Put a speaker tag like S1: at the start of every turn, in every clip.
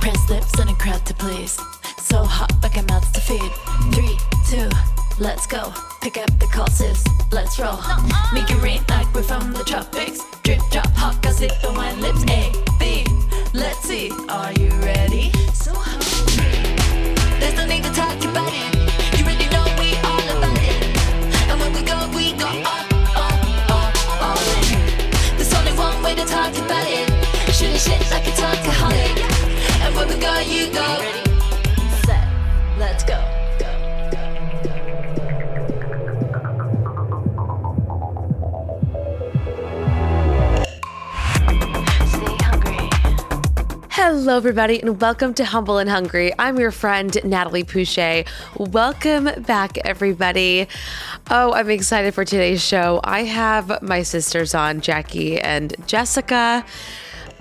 S1: Prince lips and a crowd to please. So hot, like a mouth to feed. Three, two, let's go. Pick up the courses, let's roll. Make it rain like we're from the tropics. Drip, drop, hot, cause it the wine lips. A, B, let's see. Are you ready? So hot. There's no need to talk about it. You already know we all about it. And when we go, we go up, up, up, all in. There's only one way to talk about it. Shooting shit like a talkaholic. And when we go, you go. Ready, set, let's go. go, go, go. Stay hungry.
S2: Hello, everybody, and welcome to Humble and Hungry. I'm your friend, Natalie Pouchet. Welcome back, everybody. Oh, I'm excited for today's show. I have my sisters on, Jackie and Jessica.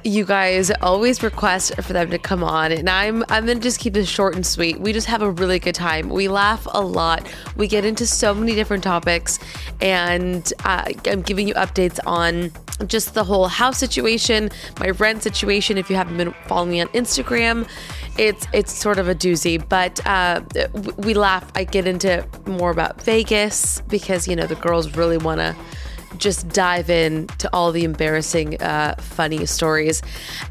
S2: You guys always request for them to come on, and I'm I'm gonna just keep this short and sweet. We just have a really good time. We laugh a lot. We get into so many different topics, and uh, I'm giving you updates on just the whole house situation, my rent situation. If you haven't been following me on Instagram, it's it's sort of a doozy, but uh, w- we laugh. I get into more about Vegas because you know the girls really want to just dive in to all the embarrassing, uh, funny stories,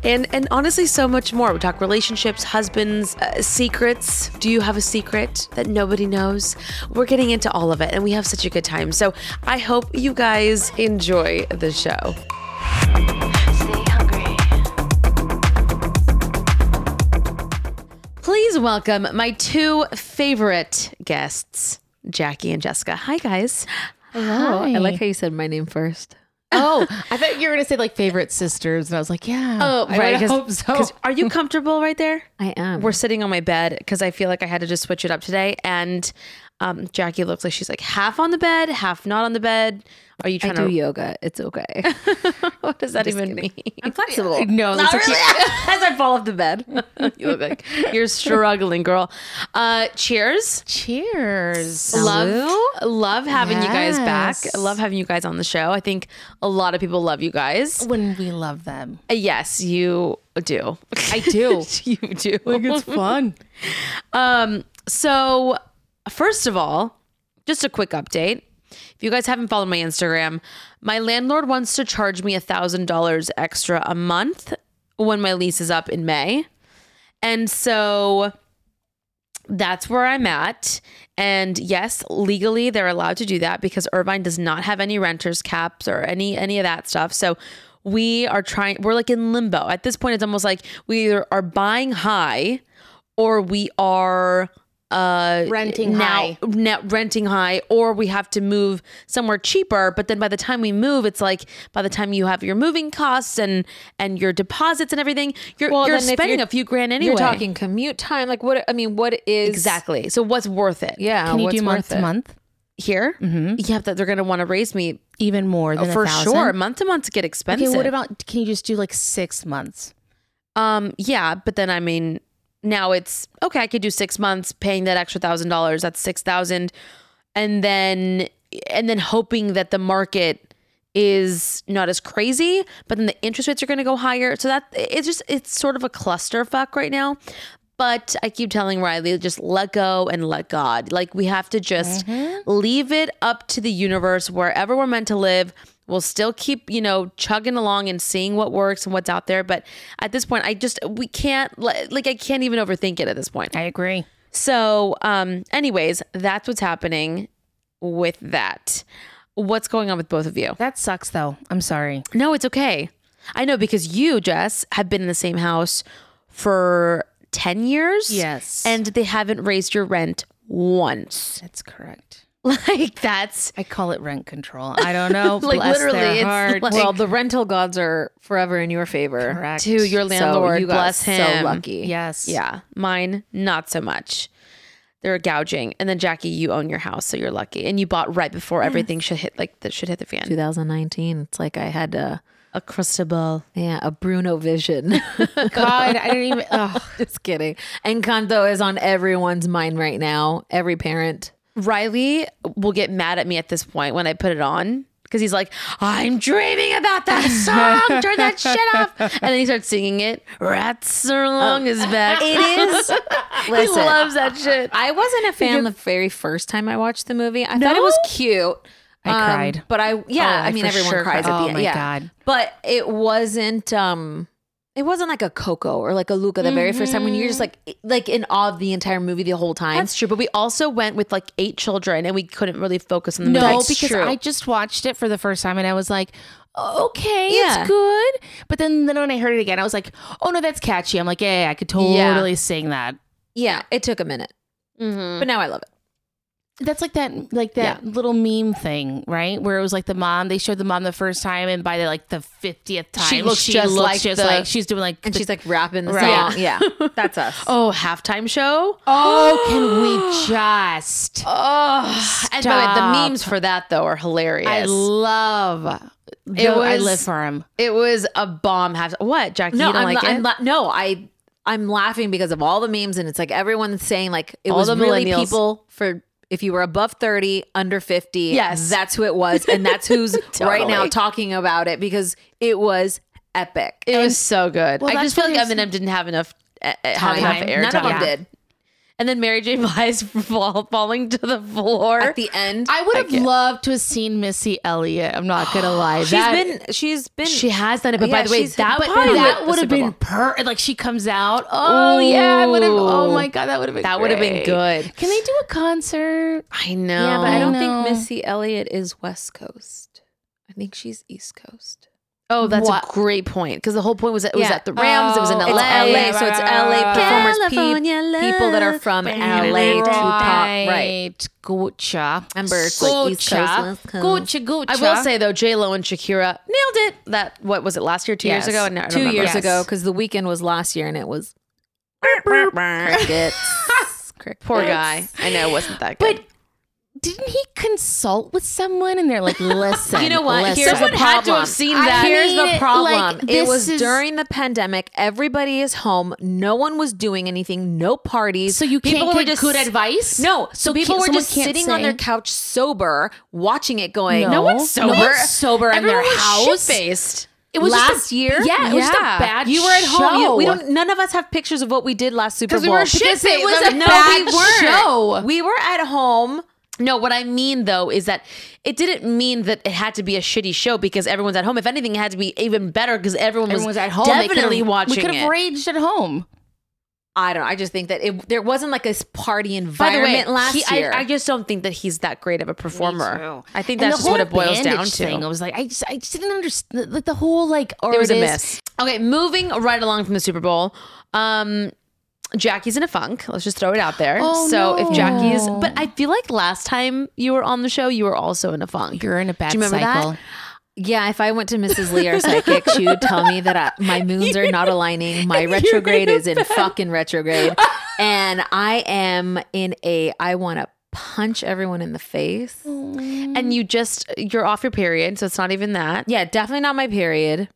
S2: and and honestly, so much more. We talk relationships, husbands, uh, secrets. Do you have a secret that nobody knows? We're getting into all of it, and we have such a good time. So I hope you guys enjoy the show.
S1: Stay hungry.
S2: Please welcome my two favorite guests, Jackie and Jessica. Hi, guys.
S3: Oh, I like how you said my name first.
S4: Oh, I thought you were gonna say like favorite sisters, and I was like, yeah. Oh, I would hope so.
S2: are you comfortable right there?
S3: I am.
S2: We're sitting on my bed because I feel like I had to just switch it up today. And um, Jackie looks like she's like half on the bed, half not on the bed. Are you
S3: I
S2: trying
S3: do
S2: to?
S3: yoga. It's okay.
S2: what does that
S3: just
S2: even
S3: kidding.
S2: mean?
S3: I'm flexible.
S4: No, that's okay.
S2: As I fall off the bed, you look like you're struggling, girl. Uh, cheers.
S4: Cheers.
S2: Love, love having you guys back.
S4: Yes.
S2: I love having you guys on the show. I think a lot of people love you guys.
S4: When we love them,
S2: Uh, Yes, you do.
S4: I do.
S2: you do.
S4: it's fun.
S2: Um, so first of all, just a quick update. If you guys haven't followed my Instagram, my landlord wants to charge me a thousand dollars extra a month when my lease is up in May. And so that's where I'm at. And yes, legally they're allowed to do that because Irvine does not have any renters caps or any any of that stuff. So we are trying we're like in limbo. At this point it's almost like we either are buying high or we are uh now,
S4: Renting high.
S2: now renting high or we have to move somewhere cheaper but then by the time we move it's like by the time you have your moving costs and and your deposits and everything you're
S3: Well,
S2: you're
S3: then if
S2: spending
S3: you're-
S2: a few grand anyway
S3: You're talking commute time. Like what? I mean, what is
S2: Exactly. So what's worth Oh, it?
S3: Yeah.
S4: Can you
S3: what's
S4: do month
S3: worth it?
S4: to month?
S2: Here? Mm-hmm. Yeah, that they're going to want to raise me
S4: Even more than
S2: for
S4: a thousand?
S2: sure. Month to month get
S4: Okay,
S2: expensive.
S4: what about? Can you just do like six months?
S2: Um, yeah, but then I mean, now it's okay. I could do six months paying that extra thousand dollars. That's six thousand, and then and then hoping that the market is not as crazy, but then the interest rates are going to go higher. So that it's just it's sort of a clusterfuck right now. But I keep telling Riley, just let go and let God. Like we have to just leave it up to the universe wherever we're meant to live. We'll still keep, you know, chugging along and seeing what works and what's out there. But at this point, I just we can't let- like I can't even overthink it at this point.
S4: I agree.
S2: So, um, anyways, that's what's happening with that. What's going on with both of you?
S4: That sucks though. I'm sorry.
S2: No, it's okay. I know because you, Jess, have been in the same house for 10 years.
S4: Yes.
S2: And they haven't raised your rent once.
S4: That's correct.
S2: Like, that's.
S4: I call it rent control. I don't know. like
S2: literally, it's like-
S3: well, the rental gods are forever in your favor.
S4: Correct.
S2: To your
S3: So
S2: landlord,
S3: you got
S2: bless him.
S3: So lucky.
S4: yes.
S2: Yeah, mine not so much. They're gouging, and then Jackie, you own your house, so you're lucky, and you bought right before everything should hit like that should hit the fan.
S3: 2019. It's like I had a
S2: A crystal ball.
S3: yeah a Bruno vision.
S4: God, I didn't even. Oh,
S3: Just kidding. Encanto is on everyone's mind right now. Every parent.
S2: Riley will get mad at me at this point when I put it on because he's like, I'm dreaming about that song. Turn that shit off. And then he starts singing it. Rats are long
S3: Oh.
S2: is back. It is. he
S3: Listen.
S2: loves that shit.
S3: I wasn't a fan the very first time I watched the movie. I thought it was cute. um,
S4: I cried.
S3: But I yeah,
S2: Oh,
S3: I
S2: I
S3: mean
S2: for
S3: everyone
S2: sure
S3: cries
S2: cried.
S3: at the
S4: Oh
S3: end.
S4: my
S3: yeah.
S4: God.
S3: But it wasn't um it wasn't like a Coco or like a Luca the very first time when you're just like like in awe of the entire movie the whole time.
S2: That's true. But we also went with like eight children and we couldn't really focus on the
S4: no,
S2: movie.
S4: because I just watched it for the first time and I was like, okay,
S3: Yeah.
S4: it's good. But then, then when I heard it again, I was like, oh no, that's catchy. I'm like, yeah, yeah, I could
S3: Yeah.
S4: totally sing that.
S3: yeah, it took a minute.
S4: Mm-hmm.
S3: But now I love it.
S4: That's like that, like that little meme thing, right? Where it was like the mom. They showed the mom the first time, and by the, like the fiftieth time,
S2: looks just like the-
S4: she's doing like.
S3: And
S4: the-
S3: she's like rapping the
S4: Right.
S3: song. Yeah. That's us.
S2: Oh, halftime show?
S4: oh, can we just?
S2: and by the way, the
S4: stop.
S2: memes for that though are hilarious.
S4: I love. It I
S2: was-
S4: live for him.
S2: it was a bomb half. What, Jackie?
S3: No,
S2: you don't
S3: I'm,
S2: like
S3: la-
S2: it?
S3: I'm la- no, I I'm laughing because of all the memes and it's like everyone's saying like it
S2: All
S3: was
S2: the
S3: really
S2: millennials.
S3: people for if you were above 30, under 50,
S2: Yes.
S3: that's who it was and that's who's right now
S2: Totally.
S3: talking about it because it was epic.
S2: It was so good. I
S4: that's
S2: just feel
S4: what
S2: like
S4: it is-
S2: Eminem didn't have enough uh, uh, have enough
S4: Time.
S2: airtime.
S3: None of them
S4: Yeah.
S3: did.
S2: And then Mary J. Blige fall, falling to the floor.
S3: At the end,
S4: I would have loved to have seen Missy Elliott. I'm not gonna lie.
S3: she's
S4: That-
S3: been she's been
S2: she has done it, but
S3: Yeah,
S2: by the way,
S3: she's-
S2: that
S4: but
S2: probably
S4: that
S2: would
S4: would have been per like she comes out. Oh yeah, I would have. Oh
S2: Ooh.
S4: my god, that would have been.
S2: that would have been
S4: great.
S2: good.
S4: Can they do a concert?
S2: I know.
S3: Yeah, but I don't
S4: No.
S3: think Missy Elliott is West Coast. I think she's East Coast.
S2: Oh, that's
S4: What?
S2: a great point because the whole point was that it was
S3: Yeah.
S2: at the Rams. it was in
S4: Oh,
S2: LA.
S4: it's
S3: LA, so it's LA performers, pe-
S2: California love.
S3: people that are from LA to pop, right?
S4: Right. Gotcha.
S3: Remember, it's like East Coast, West Coast.
S4: Gotcha, gotcha.
S2: I will say though, J Lo and Shakira nailed it. That what was it last year? Two
S4: Yes.
S2: years ago? No, I don't
S3: two
S2: remember.
S3: years
S4: Yes.
S3: ago because the weekend was last year and it was crickets. crickets.
S2: Poor guy. I know it wasn't that good.
S4: But didn't he consult with someone? And they're like, listen.
S3: You know what?
S4: Listen.
S3: Here's
S2: Someone
S3: the
S2: had to
S3: problem.
S2: have seen
S4: I
S2: that.
S4: mean,
S3: Here's the
S4: like,
S3: problem. it
S4: this
S3: was
S4: is-
S3: during the pandemic. Everybody is home. No one was doing anything. No parties.
S4: So you can't
S3: People were
S4: get good advice?
S3: No. So
S4: So
S3: people
S4: can't-
S3: were
S4: someone
S3: just
S4: can't
S3: sitting on
S4: say?
S3: their couch sober, watching it going,
S4: No.
S3: Oh, no, one's
S4: No
S3: sober.
S4: one's sober in their house.
S2: faced.
S4: It was just a-
S3: last year?
S4: Yeah, it was just a bad
S3: You were at home. You-
S4: show.
S3: we don't. None of us have pictures of what we did last Super Bowl
S2: 'Cause we were shit-faced.
S3: it was
S2: No,
S3: a
S2: we
S3: bad
S2: weren't.
S3: show. We were at home.
S2: No, what I mean though is that it didn't mean that it had to be a shitty show because everyone's at home. If anything, it had to be even better because everyone was
S4: Everyone's at home. They could've-
S2: definitely
S4: We
S2: watching
S4: could
S2: it.
S4: have raged at home.
S3: I don't. know. I just think that it there wasn't like a s- party
S2: By the
S3: environment
S2: way,
S3: last
S2: he-
S3: year.
S2: I, I just don't think that he's that great of a performer. I think
S4: And
S2: that's
S4: the
S2: just what
S4: whole
S2: it boils down
S4: bandage
S2: to.
S4: Thing, I was like, I just, I just didn't understand. Like the whole like artist.
S2: it was a miss. Okay, moving right along from the Super Bowl. Um, Jackie's in a funk. Let's just throw it out there.
S4: Oh,
S2: so if
S4: no.
S2: Jackie's, but I feel like last time you were on the show, you were also in a funk.
S4: You're in a bad
S2: Do you remember that?
S4: cycle.
S3: yeah, if I went to Mrs. Lee, our psychic, she would tell me that I, my moons are not aligning. My retrograde is in fucking retrograde, and I am in a. I want to punch everyone in the face.
S2: Oh. and you just you're off your period, so it's not even that.
S3: Yeah, definitely not my period.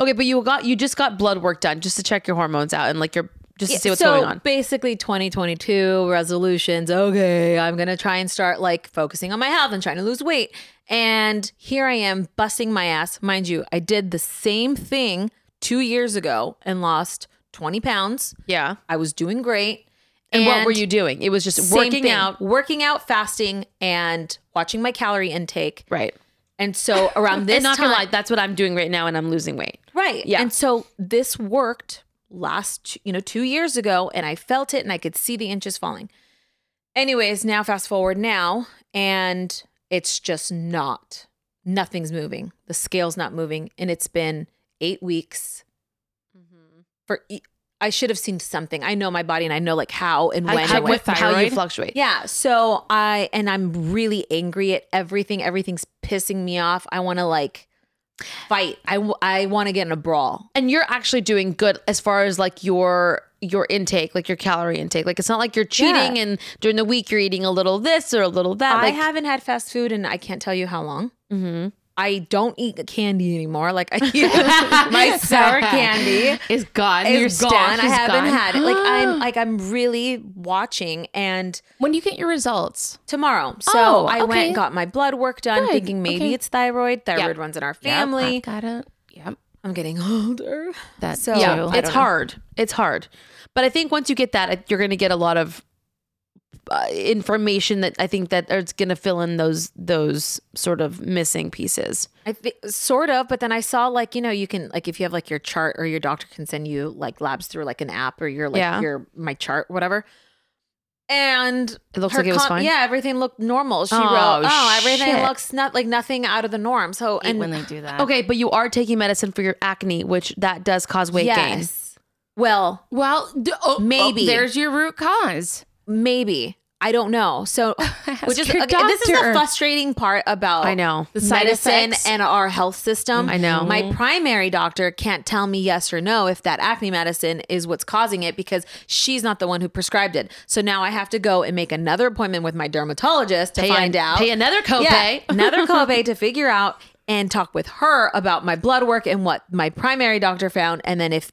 S2: Okay, but you got you just got blood work done just to check your hormones out and like your just to
S3: Yeah,
S2: see what's
S3: so
S2: going on.
S3: Basically, 2022 resolutions. Okay, I'm gonna try and start like focusing on my health and trying to lose weight. And here I am busting my ass. Mind you, I did the same thing two years ago and lost 20 pounds.
S2: Yeah.
S3: I was doing great.
S2: And, what were you doing? It was just
S3: same
S2: working
S3: thing,
S2: out.
S3: working out, fasting, and watching my calorie intake.
S2: Right.
S3: And so around this
S2: and not
S3: time,
S2: gonna lie, that's what I'm doing right now, and I'm losing weight.
S3: Right.
S2: Yeah.
S3: And so this worked last, you know, two years ago, and I felt it and I could see the inches falling. Anyways, now fast forward now, and it's just not, nothing's moving. The scale's not moving. And it's been eight weeks
S2: Mm-hmm.
S3: for, e- I should have seen something. I know my body and I know like how and when.
S2: I
S3: and
S2: check
S3: what-
S2: with how you
S4: thyroid?
S2: fluctuate.
S3: yeah. So I, and I'm really angry at everything. Everything's pissing me off. I want to like fight. I, w- I want to get in a brawl.
S2: and you're actually doing good as far as like your your intake like your calorie intake like it's not like you're cheating
S3: Yeah.
S2: and during the week you're eating a little this or a little that
S3: I
S2: like
S3: haven't had fast food and I can't tell you how long. Mm-hmm. I don't eat candy anymore. Like I eat my sour candy
S4: Is gone. Your
S3: is
S4: stash
S3: gone. I
S4: is
S3: haven't
S4: gone.
S3: had it. Like I'm like I'm really watching and
S4: When do you get your results?
S3: tomorrow. So
S4: Oh,
S3: I went
S4: okay.
S3: and got my blood work done,
S4: Good.
S3: thinking maybe
S4: Okay.
S3: it's thyroid. Thyroid runs in our family.
S4: I've got it. Yep.
S3: I'm getting older.
S4: That's
S3: So-
S4: so,
S3: Yeah,
S4: yeah.
S3: I
S2: it's hard it's hard but i think once you get that you're going to get a lot of uh, information that i think that it's going to fill in those those sort of missing pieces
S3: I thi- sort of, but then I saw like you know you can like if you have like your chart or your doctor can send you like labs through like an app or your like
S2: Yeah.
S3: your my chart whatever. And
S2: It looks
S3: her
S2: like it was
S3: com-
S2: fine?
S3: Yeah, everything looked normal. She
S2: Oh,
S3: wrote, "Oh, everything
S2: shit.
S3: looks not like nothing out of the norm." So and
S4: when they do that.
S2: okay but you are taking medicine for your acne which that does cause weight gain
S3: yes, well,
S4: Well, d- oh,
S3: Maybe.
S4: maybe there's your root cause.
S3: maybe I don't know. So which is
S4: your
S3: okay, this is the
S4: doctor.
S3: frustrating part about
S2: i know
S4: The side
S3: medicine
S4: effects.
S3: and our health system.
S2: I know.
S3: My primary doctor can't tell me yes or no if that acne medicine is what's causing it because she's not the one who prescribed it. So now I have to go and make another appointment with my dermatologist to
S2: Pay an-
S3: find out.
S2: pay another copay.
S3: Yeah, another copay to figure out and talk with her about my blood work and what my primary doctor found and then if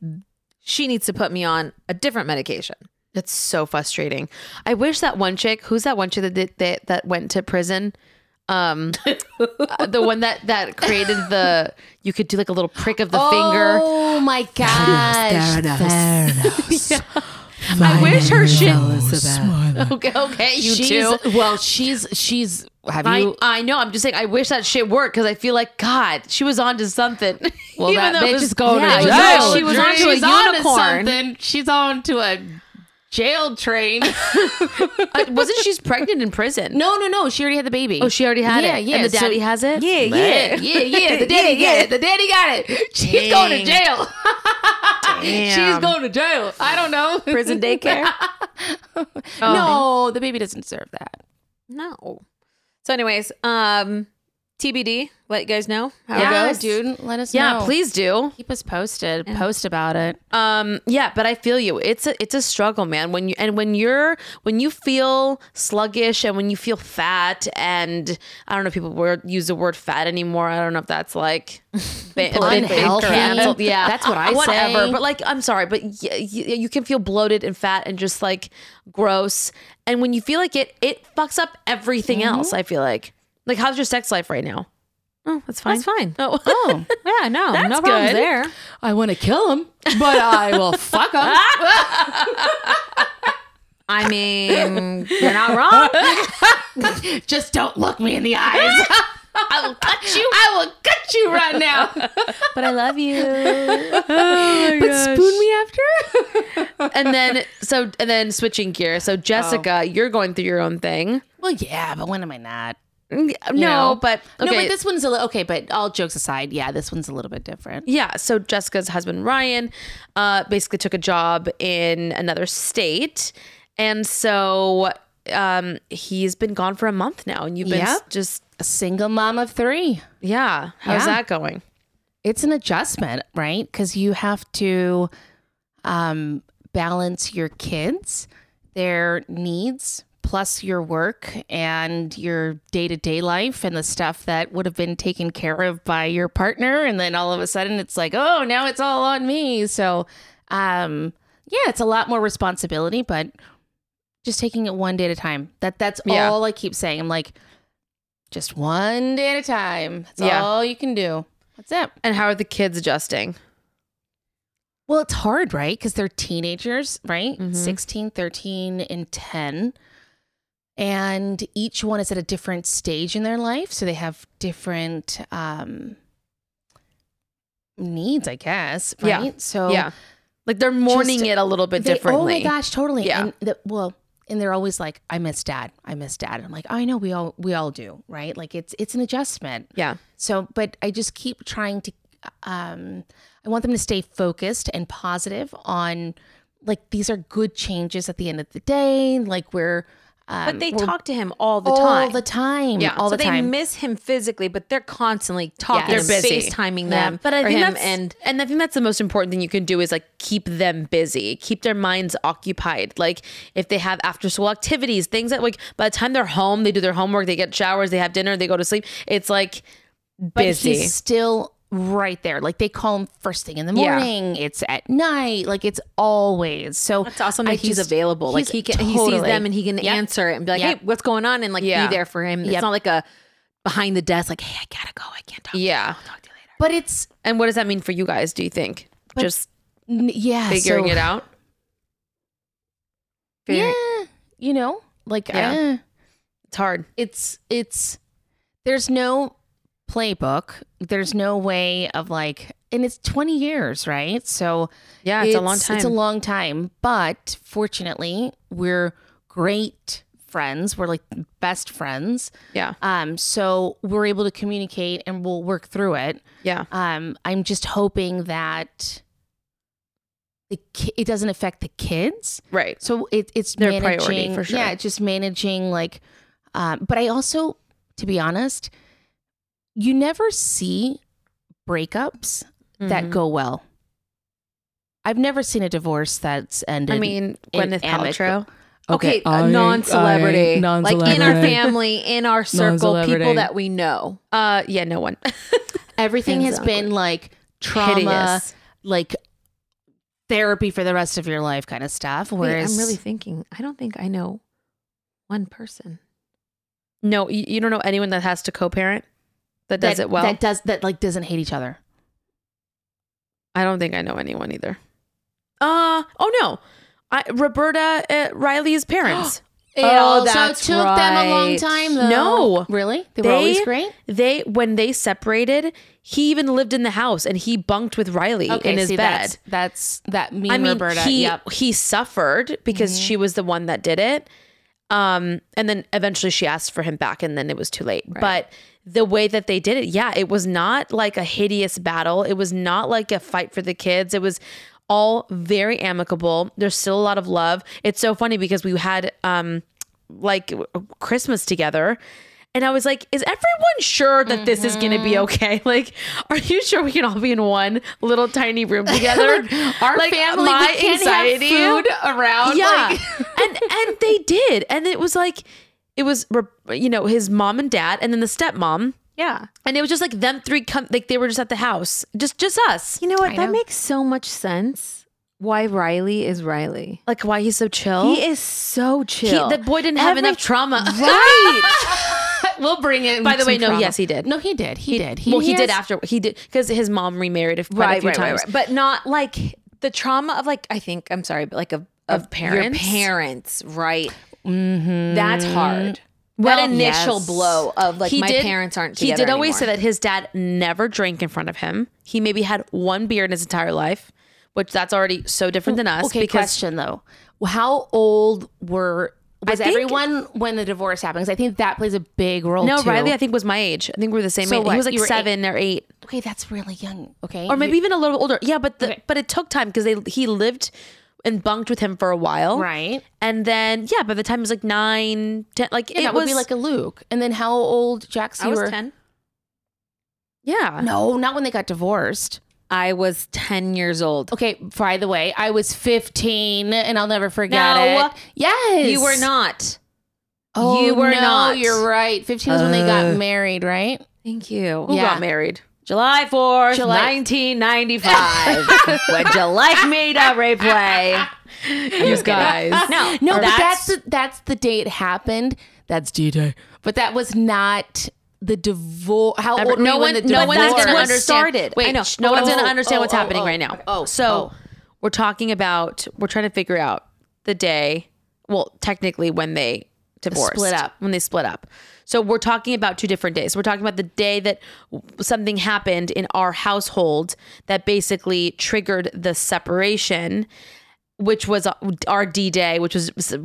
S3: she needs to put me on a different medication.
S2: That's so frustrating. I wish that one chick, who's that one chick that did, that, that went to prison? Um, uh, the one that that created the you could do like a little prick of the finger.
S4: Oh my gosh.
S2: I wish her shit. Okay, okay, you
S4: she's,
S2: too.
S4: Well, she's she's have
S2: I,
S4: you
S2: I know. I'm just saying. I wish that shit worked because I feel like God, she was onto something.
S4: well
S2: Even
S4: that
S2: though it
S4: bitch
S2: was-
S4: is going
S3: Yeah,
S4: to
S3: it was
S4: jail.
S3: like she was
S4: Dream.
S3: onto a
S4: She's onto
S3: unicorn.
S4: something. She's on to a jail train.
S2: Uh, wasn't she's pregnant in prison?
S4: no, no, no. She already had the baby.
S2: Oh, she already had
S4: yeah,
S2: it.
S4: Yeah,
S2: and the
S4: so-
S2: daddy has it.
S3: Yeah,
S4: yeah, yeah, yeah. The daddy got it. The daddy got it. She's going to jail. She's going to jail. I don't know.
S3: Prison daycare?
S4: Oh. No, the baby doesn't deserve that.
S3: no. So anyways, um TBD, let you guys know how it
S4: yeah,
S3: goes.
S4: dude. Let us
S2: Yeah,
S4: know.
S2: please do.
S4: keep us posted. Post about it.
S2: Um, yeah, but I feel you. It's a it's a struggle, man. When you and when you're when you feel sluggish and when you feel fat and I don't know if people word, use the word fat anymore. I don't know if that's like ba- been
S4: Unhealthy.
S2: canceled. Yeah,
S4: That's what I say.
S2: whatever. But like, I'm sorry, but y- y- you can feel bloated and fat and just like gross. And when you feel like it, it fucks up everything else. I feel like like how's your sex life right now? Oh, that's fine.
S3: That's fine.
S2: Oh,
S4: Oh,
S3: Yeah, no, no
S2: good.
S3: problem there.
S4: I want to kill him, but I will fuck him.
S3: I mean, you're not wrong.
S4: Just don't look me in the eyes.
S2: I will cut you.
S4: I will cut you right now. Oh
S3: but I love you.
S4: but spoon me after.
S2: and then so and then switching gear. So Jessica,
S4: Oh.
S2: you're going through your own thing.
S4: Well, yeah, but when am I not?
S2: No,
S4: know?
S2: but okay.
S4: No, but this one's a little okay. But all jokes aside, yeah, this one's a little bit different.
S2: yeah, so Jessica's husband Ryan uh basically took a job in another state. And so um he's been gone for a month now and you've been s-
S4: Yep.
S2: just
S4: A single mom of three.
S2: yeah, how's
S4: Yeah.
S2: that going?
S4: it's an adjustment, right? Because you have to um, balance your kids, their needs, plus your work and your day to day life and the stuff that would have been taken care of by your partner. And then all of a sudden it's like, oh, now it's all on me. So um, yeah, it's a lot more responsibility, but just taking it one day at a time. That that's
S2: Yeah.
S4: all I keep saying. I'm like, just one day at a time. That's
S2: Yeah.
S4: all you can do. That's it.
S2: And how are the kids adjusting?
S4: Well, it's hard, right? Because they're teenagers, right?
S2: Mm-hmm.
S4: 16, 13, and 10. And each one is at a different stage in their life. So they have different um, needs, I guess,
S2: Yeah.
S4: right? So
S2: yeah. Like they're mourning
S4: Oh. Just-
S2: it a little bit
S4: they-
S2: differently.
S4: Oh my gosh, totally.
S2: Yeah.
S4: And the, well, and they're always like, I miss dad. I miss dad. I'm like, I know we all we all do, right? Like it's it's an adjustment.
S2: Yeah.
S4: So, but I just keep trying to. Um, I want them to stay focused and positive on, like these are good changes at the end of the day. Like we're, um,
S2: But they
S4: we're
S2: talk to him all the
S4: all
S2: time.
S4: the time,
S2: Yeah.
S4: all
S2: so
S4: the time.
S3: They miss him physically, but they're constantly talking,
S2: Yes. They're
S3: they're
S2: busy.
S3: FaceTiming
S2: Yeah,
S3: them,
S2: but I
S3: or
S2: think
S3: him
S2: that's,
S3: and
S2: and and I think that's the most important thing you can do is like keep them busy, keep their minds occupied. Like if they have after school activities, things that like by the time they're home, they do their homework, they get showers, they have dinner, they go to sleep. It's like
S4: but
S2: busy.
S4: he's still right there. Like they call him first thing in the
S2: Yeah.
S4: morning. It's at night. Like it's always. So
S3: it's awesome that
S4: I
S3: he's
S4: just-
S3: available. Like
S4: he's
S3: he can, he sees
S4: totally-
S3: them and he can answer it and be like,
S4: Yep.
S3: "Hey, what's going on?" and like
S2: Yeah.
S3: be there for him. It's
S4: Yep.
S3: not like a behind the desk, like, "Hey, I gotta go. I can't talk."
S2: yeah.
S4: But it's
S2: And what does that mean for you guys? Do you think just
S4: n- yeah,
S2: figuring
S4: so-
S2: it out?
S4: Yeah, you know, like
S2: Yeah.
S4: uh,
S2: It's hard.
S4: it's it's there's no playbook. There's no way of like, and it's 20 years, right? So
S2: Yeah, it's, a long time.
S4: It's a long time, but fortunately, we're great friends. We're like best friends.
S2: yeah.
S4: Um, so we're able to communicate and we'll work through it.
S2: Yeah.
S4: Um, I'm just hoping that the ki- it doesn't affect the kids.
S2: Right.
S4: So it, it's
S2: Their
S4: managing,
S2: priority, for sure.
S4: Yeah, it's just managing like, um, but I also, to be honest, you never see breakups
S2: Mm-hmm.
S4: that go well. I've never seen a divorce that's ended.
S2: I mean,
S4: in
S2: Gwyneth
S4: amic-
S2: Paltrow.
S3: Okay, a non-celebrity, like in our family, in our circle, people
S5: Non-celebrity.
S3: that we know.
S2: Uh, yeah, no one.
S4: everything has
S2: Exactly.
S4: been like trauma,
S2: Hideous.
S4: like therapy for the rest of your life kind of stuff. Whereas
S3: I'm really thinking. I don't think I know one person.
S2: No, you, you don't know anyone that has to co-parent that does
S4: that-
S2: it well.
S4: That does that like doesn't hate each other.
S2: I don't think I know anyone either. Uh oh no, I, Roberta uh, Riley's parents.
S4: Oh, It
S3: also took them a long time,
S2: though.
S4: No, really, they, were always great.
S2: They when they separated, he even lived in the house and he bunked with Riley in his
S4: see,
S2: bed.
S4: That's, that's that mean,
S2: I mean,
S4: Roberta.
S2: he
S4: yep. Mm-hmm.
S2: he suffered because she was the one that did it. Um, and then eventually she asked for him back, and then it was too late. But the way that they did it, yeah, it was not like a hideous battle. It was not like a fight for the kids. It was all very amicable. There's still a lot of love. It's so funny because we had um like Christmas together. And I was like, is everyone sure that this is going to
S4: Mm-hmm.
S2: be okay? Like, are you sure we can all be in one little tiny room together?
S4: Our family, we can't have food around.
S2: Yeah.
S4: like-
S2: and and they did. And it was like it was you know, his mom and dad and then the stepmom.
S3: Yeah,
S2: And it was just like them three come like they were just at the house. Just just us.
S3: you know what? That makes so much sense. Why Riley is Riley?
S2: Like why he's so chill.
S3: He is
S2: Oh.
S3: so
S2: He-
S3: chill.
S2: the boy didn't have
S3: Every-
S2: enough trauma.
S3: Right.
S4: we'll bring it.
S2: By the way, no, yes, he did.
S4: No, he did. He, did.
S2: well, he did
S4: has-
S2: after he did because his mom remarried a, quite a
S3: right,
S2: few
S3: right, right,
S2: times.
S3: right. But not like the trauma of like I think I'm sorry, but like of of,
S2: parents? Mm-hmm.
S3: your parents, right? That's hard.
S2: Well,
S3: that initial
S2: yes.
S3: blow of like
S2: He
S3: my
S2: did-
S3: parents aren't.
S2: He
S3: Together
S2: did always
S3: anymore.
S2: say that his dad never drank in front of him. He maybe had one beer in his entire life, which that's already so different than us.
S4: Okay,
S2: because
S4: question though. How old were was
S2: think-
S4: everyone when the divorce happens? I think that plays a big role.
S2: no,
S4: too.
S2: Riley, I think was my age. I think we were the same
S4: So
S2: age.
S4: what?
S2: He was like
S4: You were eight-
S2: seven or eight,
S4: okay, that's really young. Okay,
S2: or maybe even a little older. Yeah, but the,
S4: Okay.
S2: but it took time because they he lived and bunked with him for a while,
S4: right.
S2: And then yeah, by the time he was like nine, ten, like
S4: Yeah,
S2: it
S4: that
S2: was
S4: would be like a Luke. And then how old, Jax?
S2: I
S4: You
S2: was
S4: were
S2: ten. Yeah,
S4: No, not when they got divorced.
S3: I was ten years old.
S4: Okay, by the way, I was 15 and I'll never forget
S3: No.
S4: it. Yes.
S3: You were not.
S4: Oh,
S3: you were
S4: no,
S3: not.
S4: You're right. 15 is when they got married, right?
S3: Thank you.
S2: who
S4: Yeah.
S2: got married? July 4th,
S3: July-
S2: 1995. when July made a replay. You guys. No,
S4: No, but that's the, that's the day it happened. That's D Day, but that was not the divorce. How old were
S2: no
S4: you
S2: one,
S4: when the
S2: no one is
S4: divorce
S2: going to
S3: what
S2: understand.
S3: started.
S2: Wait,
S3: I know.
S2: sh- no one's going to
S3: Oh,
S2: understand
S3: oh,
S2: what's
S3: oh,
S2: happening
S3: oh,
S2: right now.
S3: okay. Oh,
S2: so we're talking about we're trying to figure out the day. Well, technically, when they divorced,
S3: Split up.
S2: when they split up. So we're talking about two different days. We're talking about the day that w- something happened in our household that basically triggered the separation. Which was uh, our D Day, which was uh,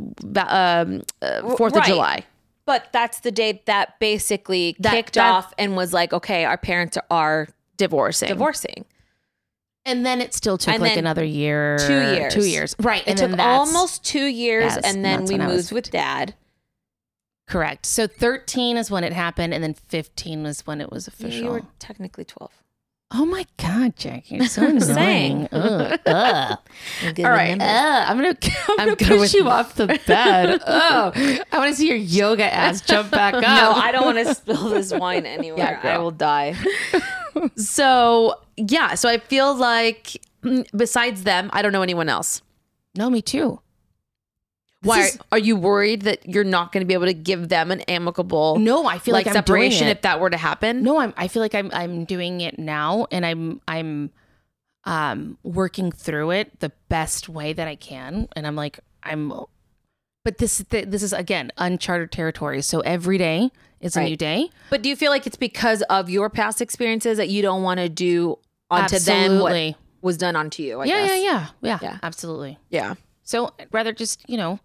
S2: um, uh, Fourth of
S3: Right.
S2: July.
S3: But that's the day that basically
S2: That-
S3: kicked
S2: that-
S3: off and was like, okay, our parents are
S2: Divorcing.
S3: divorcing.
S4: And then it still took
S3: And
S4: like
S3: then
S4: another year,
S3: two years.
S4: two years, right?
S3: It
S4: and then
S3: took
S4: that's-
S3: almost two years,
S4: that's-
S3: and then
S4: that's
S3: we
S4: when I
S3: moved
S4: was
S3: with dad.
S4: correct. So thirteen is when it happened, and then fifteen was when it was official.
S3: You were technically twelve.
S4: oh my god, Jackie, you're so annoying. Ugh, ugh.
S3: All
S4: Ugh, Uh, I'm gonna, I'm gonna push you off the bed. oh, I want to see your yoga ass jump back up.
S3: No, Oh, I don't want to spill this wine anywhere. I will die.
S2: So yeah, so I feel like mm, besides them, I don't know anyone else.
S4: No, me too.
S2: Why
S4: is-
S2: are you worried that you're not going to be able to give them an amicable
S4: No, I feel like, I'm doing
S2: separation
S4: it.
S2: if that were to happen?
S4: no i'm i feel like i'm i'm doing it now and i'm i'm um working through it the best way that i can and i'm like i'm but this this is again uncharted territory so every day is a new
S3: Right.
S4: day
S3: But do you feel like it's because of your past experiences that you don't want to do onto them what
S4: Absolutely.
S3: was done onto you? I
S4: yeah, yeah
S3: guess.
S4: yeah yeah
S3: Yeah.
S4: absolutely
S2: Yeah.
S4: so I'd rather just you know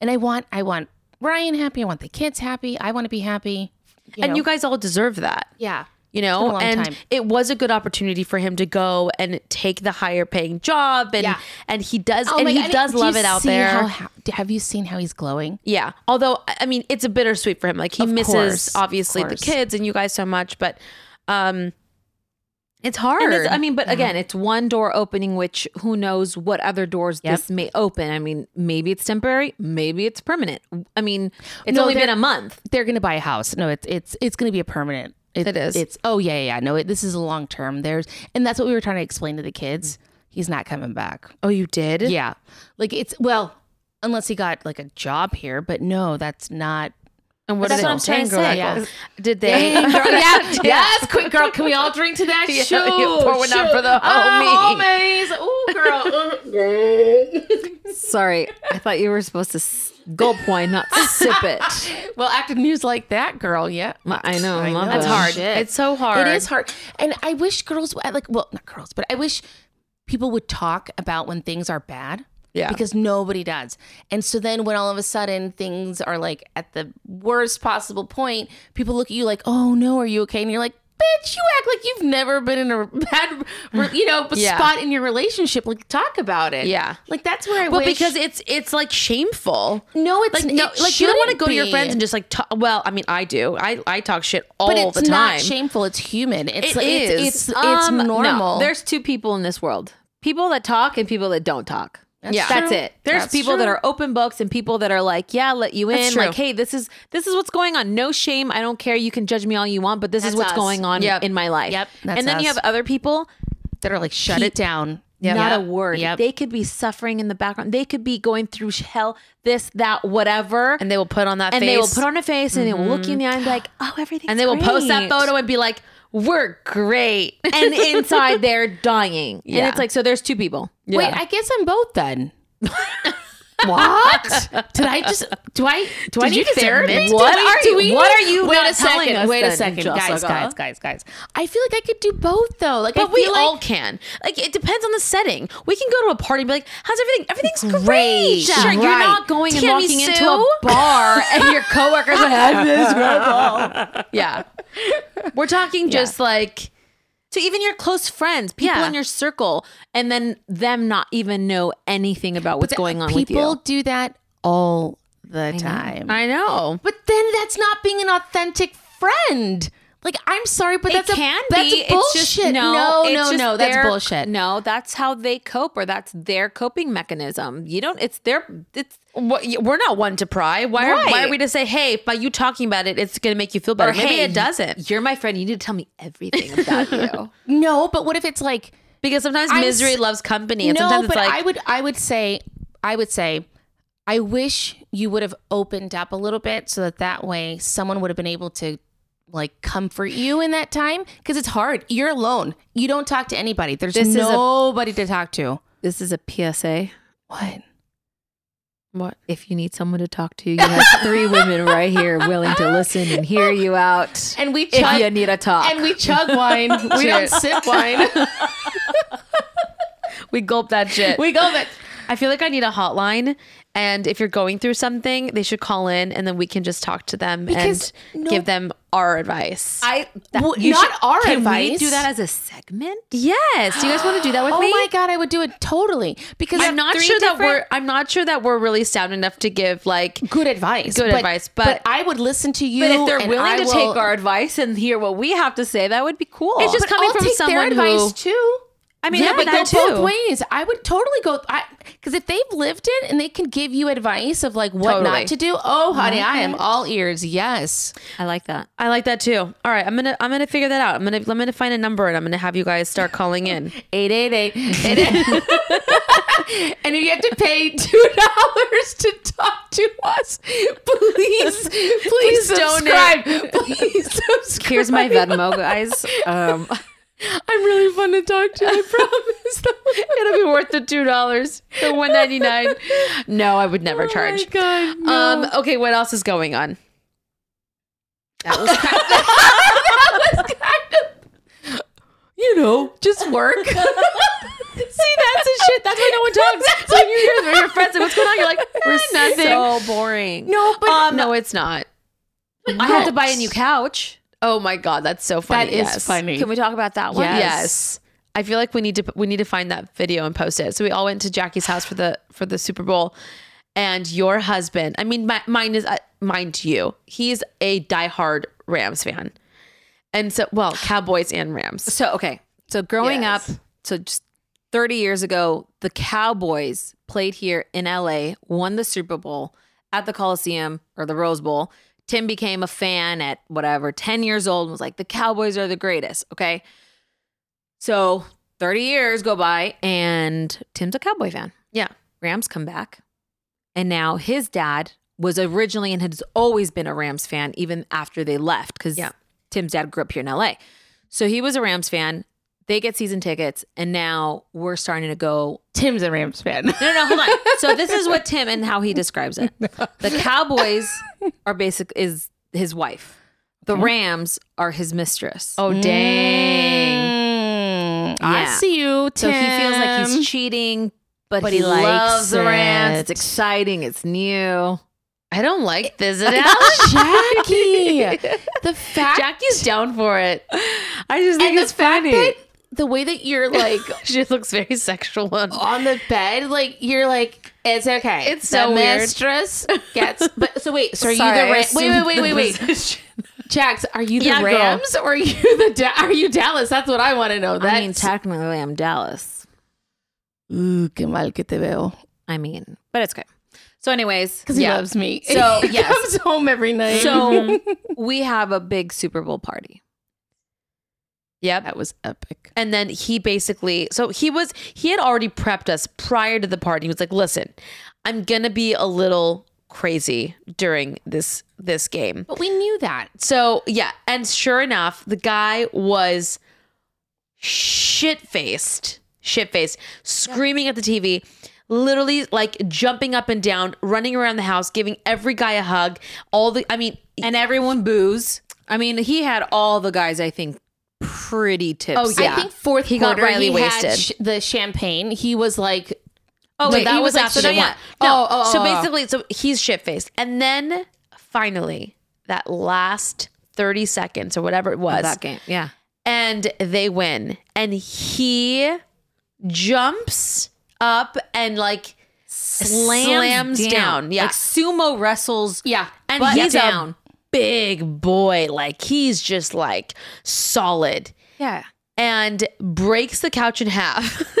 S4: and i want i want ryan happy i want the kids happy i want to be happy
S2: and
S4: know.
S2: you guys all deserve that.
S4: yeah
S2: You
S4: been a
S2: know,
S4: long
S2: and
S4: time.
S2: it was a good opportunity for him to go and take the higher paying job and
S4: Yeah.
S2: and he does
S4: Oh
S2: and
S4: my
S2: he
S4: God,
S2: does
S4: do you
S2: love it out
S4: see
S2: there.
S4: how ha- have you seen how he's glowing
S2: Yeah. Although I I mean, it's a bittersweet for him. Like he
S4: Of
S2: misses
S4: course, of
S2: obviously the
S4: course.
S2: kids and you guys so much, but um it's hard.
S3: And it's, I mean, but again, it's one door opening, which who knows what other doors this may open. I mean, maybe it's temporary, maybe it's permanent. I mean, it's
S4: No,
S3: only
S4: there-
S3: been a month.
S4: they're going to buy a house. No, it's it's it's going to be a permanent.
S2: It is.
S4: It's oh yeah yeah yeah. no. It, this is a long term. There's and that's what we were trying to explain to the kids. He's not coming back.
S2: oh, you did?
S4: Yeah, like it's well unless he got like a job here, but no, that's not.
S2: And what
S4: That's
S2: did it
S4: what I'm trying to
S2: Tango
S4: say,
S2: Knuckles? Did
S4: yeah,
S2: they?
S4: yes, quick girl, can we all drink to that?
S2: Yeah,
S4: Shoot,
S2: you pour one out
S4: shoot.
S2: for the
S4: Ah, homies. Ooh, girl.
S3: Sorry, I thought you were supposed to s- gulp wine, not sip it.
S4: well, after news like that, girl, yeah.
S3: My- I know,
S4: I know.
S3: my bad.
S2: That's hard.
S4: Shit.
S2: It's so hard.
S4: It is hard. And I wish girls, like, well, not girls, but I wish people would talk about when things are bad.
S2: Yeah.
S4: Because nobody does. And so then when all of a sudden things are like at the worst possible point, people look at you like, oh no, are you okay? And you're like, bitch, you act like you've never been in a bad, you know,
S2: Yeah.
S4: spot in your relationship. Like, talk about it.
S2: Yeah.
S4: Like, that's where I
S2: But
S4: wish.
S2: because it's it's like shameful.
S4: no, it's
S2: Like,
S4: it
S2: no, like you don't want to
S4: shouldn't
S2: go to your
S4: be.
S2: friends and just like talk, well, I mean, I do. I I talk shit all
S4: But it's
S2: the time.
S4: not shameful. It's human. It's
S2: It
S4: like,
S2: is.
S4: It's, it's,
S3: Um, no,
S4: it's normal.
S3: there's two people in this world: people that talk and people that don't talk. That's
S2: Yeah.
S3: that's
S4: true.
S3: it. There's
S4: That's
S3: people that
S4: true.
S3: are open books and people that are like, "Yeah, let you
S2: That's
S3: in."
S2: true.
S3: Like, "Hey, this is this is what's going on. No shame. I don't care. You can judge me all you want, but this is
S4: That's
S3: what's
S4: us.
S3: going on
S2: Yep.
S3: in my life."
S4: Yep, that's
S3: And then you
S4: us.
S3: have other people
S4: that are like shut
S3: Keep-
S4: it down.
S3: Not a
S4: Yep.
S3: word.
S4: Yep.
S3: They could be suffering in the background. They could be going through sh- hell, this, that, whatever.
S2: and they will put on that
S3: And
S2: face. Mm-hmm.
S3: they will put on a face and they will look you in the eye and be like, oh, everything's
S2: and they will post that
S3: great."
S2: photo and be like, "We're great."
S3: And inside they're dying. And it's like, so there's two people.
S4: Wait, I guess I'm both then. what did I just do? I do I
S2: Did
S4: need
S2: you just
S4: therapy?
S2: admit-
S4: Do
S2: What
S4: we-
S2: are
S4: do
S2: you-
S4: we
S2: what
S4: need-
S2: are you
S4: Wait
S2: not
S4: a second.
S2: telling us
S4: wait a
S2: then,
S4: second, guys,
S2: Jessica?
S4: guys, guys, guys. I feel like I could do both though. Like, I
S2: But we
S4: feel
S2: all
S4: like,
S2: can. Like it depends on the setting. We can go to a party and be like, "How's everything? Everything's great."
S4: Great.
S2: Sure, you're
S4: Right.
S2: not going and
S3: Tammy
S2: walking into
S3: Sue?
S2: a bar and your coworkers are like, "I'm miserable." Yeah, we're talking just like
S3: So even your close friends, people
S2: Yeah.
S3: in your circle, and then them not even know anything about what's going on
S4: people
S3: with you.
S4: do that all the time.
S2: I know.
S4: But then that's not being an authentic friend. Like, I'm sorry, but that's
S3: it
S4: a
S3: can
S4: that's
S3: be.
S4: bullshit.
S3: It's just,
S4: no,
S3: it's
S4: no,
S3: just
S4: no, that's
S3: their-
S4: bullshit.
S3: No, that's how they cope, or that's their coping mechanism. You don't. It's their. It's
S2: What, y- we're not one to pry. Why are, why are
S3: Right.
S2: we to say, hey, by you talking about it, it's going to make you feel better?
S3: or,
S2: Maybe
S3: hey,
S2: it doesn't.
S3: You're my friend. You need to tell me everything about you.
S4: No, but what if it's like
S2: Because sometimes
S4: I'm
S2: misery
S4: s-
S2: loves company. And
S4: no,
S2: sometimes it's
S4: but
S2: like,
S4: I would I would say I would say I wish you would have opened up a little bit so that that way someone would have been able to like comfort you in that time because it's hard. You're alone. You don't talk to anybody. There's
S3: This is a-
S4: nobody to talk to.
S3: This is a PSA.
S4: What?
S3: What if you need someone to talk to? You have three women right here willing to listen and hear you out.
S4: And we
S3: If
S4: chug
S3: you need a talk,
S4: and we chug wine. we don't sip wine.
S2: we gulp that shit.
S4: we go that
S2: I feel like I need a hotline. And if you're going through something, they should call in and then we can just talk to them
S4: Because
S2: and
S4: no-
S2: give them our advice.
S3: I
S4: Well, not our
S3: can we
S4: advice.
S3: do that as a segment?
S2: yes. Do you guys want to do that with
S4: Oh
S2: me?
S4: my god, I would do it totally because
S2: I'm not
S4: three
S2: sure that
S4: different-
S2: we're I'm not sure that we're really sound enough to give like
S4: good advice.
S2: Good
S4: but-
S2: advice, but-
S4: I would listen to you.
S3: But if they're
S4: and
S3: willing
S4: I
S3: to
S4: will-
S3: take our advice and hear what we have to say, that would be cool.
S2: It's just
S4: But
S2: coming
S4: I'll
S2: from
S4: take
S2: someone
S4: their advice
S2: who-
S4: too. I mean,
S2: Yeah,
S4: I would
S2: but that
S4: go both
S2: too.
S4: ways. I would totally go because if they've lived it and they can give you advice of like what
S2: Totally.
S4: not to do. Oh, honey, I am all ears. Yes,
S3: I like that.
S2: I like that too. All right, I'm gonna I'm gonna figure that out. I'm gonna I'm gonna find a number and I'm gonna have you guys start calling in.
S4: eight eight eight. And if you have to pay two dollars to talk to us, please, please, subscribe.
S2: donate.
S4: Please subscribe.
S3: Here's my Venmo, guys. Um,
S4: I'm really fun to talk to. I promise.
S2: It'll be worth the two dollars, the one ninety nine. No, I would never charge.
S4: Oh God,
S2: Um, okay, what else is going on?
S4: you know, just work.
S2: See, that's the shit. That's why no one talks. So when you hear when your friends say, "What's going on?" You're like, "We're nothing."
S3: so boring.
S4: no, but
S2: um, no, it's not.
S3: I have to buy a new couch.
S2: Oh my god, that's so funny.
S4: that is
S2: yes.
S4: funny.
S3: Can we talk about that one?
S2: Yes. I feel like we need to we need to find that video and post it. So we all went to Jackie's house for the for the Super Bowl, and your husband. I mean, my, mine is uh, mine to you. He's a diehard Rams fan, and so well, Cowboys and Rams.
S3: So okay. So growing
S2: Yes.
S3: up, so just 30 years ago, the Cowboys played here in LA, won the Super Bowl at the Coliseum or the Rose Bowl. Tim became a fan at whatever, 10 years old, and was like, the Cowboys are the greatest. Okay. So 30 years go by, and Tim's a Cowboy fan.
S2: Yeah.
S3: Rams come back. And now his dad was originally and has always been a Rams fan, even after they left, because
S2: Yeah.
S3: Tim's dad grew up here in LA. So he was a Rams fan. They get season tickets, and now we're starting to go.
S4: Tim's a Rams fan.
S3: No, no, no, hold on. So this is what Tim and how he describes it. The Cowboys are basic is his wife. The Rams are his mistress.
S2: Oh dang.
S4: I
S3: Yeah.
S4: see you, Tim.
S3: so he feels like he's cheating, but,
S4: But
S3: he,
S4: he likes
S3: loves the Rams. It's
S4: it.
S3: exciting. It's new.
S2: I don't like this at all.
S4: Jackie. the fact
S2: Jackie's down for it.
S3: I just
S4: and the fact that the way that you're like
S2: She looks very sexual. and-
S4: on the bed, like you're like it's okay.
S2: It's so
S4: the
S2: weird.
S4: mistress gets. But so wait, so are
S3: Sorry,
S4: you the
S3: I
S4: Rams? Wait,
S3: assumed
S4: wait, wait,
S3: the
S4: wait, wait. Jax, are you the
S2: Yeah, girl.
S4: Rams or are you the da- are you Dallas? That's what I want to know. That's
S3: I mean, technically, I'm Dallas.
S4: Ooh, que mal que te veo.
S3: I mean, but it's okay. So, anyways,
S4: Because he loves me.
S3: So,
S4: he
S3: yes.
S4: comes home every night.
S3: so we have a big Super Bowl party.
S2: Yep.
S4: that was epic.
S2: And then he basically, so he was, he had already prepped us prior to the party. He was like, listen, I'm going to be a little crazy during this, this game.
S4: But we knew that.
S2: So yeah. And sure enough, the guy was shit faced, shit faced, screaming at the TV, literally like jumping up and down, running around the house, giving every guy a hug. All the, I mean,
S3: And everyone boos. I mean, he had all the guys, I think, pretty tipsy.
S2: Oh, yeah.
S4: I think fourth
S2: He got
S4: quarter
S2: Riley
S4: he had
S2: wasted.
S4: sh- the champaign. He was like,
S2: Oh,
S4: No,
S2: wait,
S4: that
S2: he was,
S4: was like
S2: after the
S4: season
S2: one.
S4: one.
S2: No.
S4: Oh, oh,
S2: so
S4: oh, oh.
S2: basically, so he's shit faced. And then finally, that last 30 seconds or whatever it was,
S3: That game. Yeah.
S2: and they win. And he jumps up and like slams, down. Yeah.
S3: Like sumo wrestles.
S4: yeah,
S2: and
S3: butt
S2: he's
S3: down.
S2: a
S1: big boy. Like he's just like solid
S2: Yeah.
S1: and breaks the couch in half.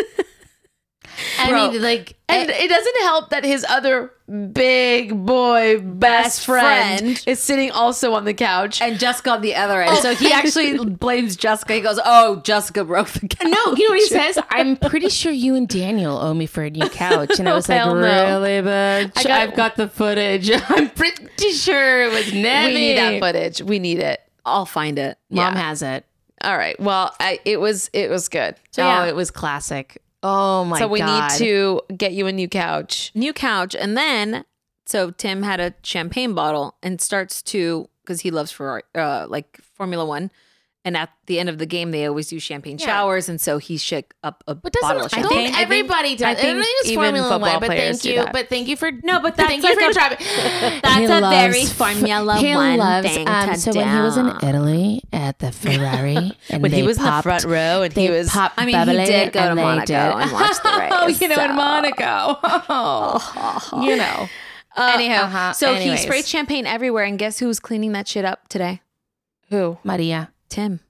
S4: I
S1: Bro.
S4: mean, like,
S1: And it doesn't help that his other big boy best,
S3: Best
S1: friend,
S3: friend.
S1: is sitting also on the couch.
S3: And Jessica on the other end. So he actually blames Jessica. He goes, Oh, Jessica broke the couch.
S4: no, you know what he says? I'm pretty sure you and Daniel owe me for a new couch. And I was like,
S1: Hell no.
S4: really, bitch?
S1: I got-
S4: I've got the footage. I'm pretty sure it was
S1: we
S4: Nevin.
S1: need that footage. We need it.
S3: I'll find it.
S4: Mom has it.
S1: All right. Well, I, it was it was good.
S4: So, Oh, it was classic. Oh my god.
S1: so we need to get you a new couch.
S3: New couch. And then, so Tim had a champagne bottle and starts to, because he loves Ferrari, uh, like Formula One. And at the end of the game, they always do champagne showers. And so he shook up a
S4: But
S3: bottle of
S4: doesn't
S3: champagne.
S4: don't everybody does?
S1: I
S4: I
S1: think
S4: think it's
S1: even
S4: Formula
S1: football
S4: One, but
S1: players
S4: thank
S1: do
S4: you,
S1: that.
S4: but thank you for
S3: No, but that's
S4: thank you
S3: like
S4: for
S3: a-
S4: dropping.
S3: That's
S4: He
S3: a
S4: loves-
S3: very Formula
S4: He
S3: One
S4: loves,
S3: thing.
S4: um,
S3: to
S4: so when he was in
S3: do.
S4: Italy at the Ferrari, and
S1: When he
S4: they
S1: was
S4: popped,
S1: in the front row and
S4: they
S1: he was
S4: popped
S3: I mean, he
S4: bubbly
S3: did go to
S4: and they
S3: Monaco
S4: did-
S3: and watch the race.
S4: Oh, you know,
S3: so-
S4: in Monaco, you know.
S3: Uh,
S4: Anyhow,
S3: uh-huh. so
S4: anyways.
S3: he sprayed champagne everywhere, and guess who was cleaning that shit up today?
S1: Who?
S4: Maria.
S3: Tim.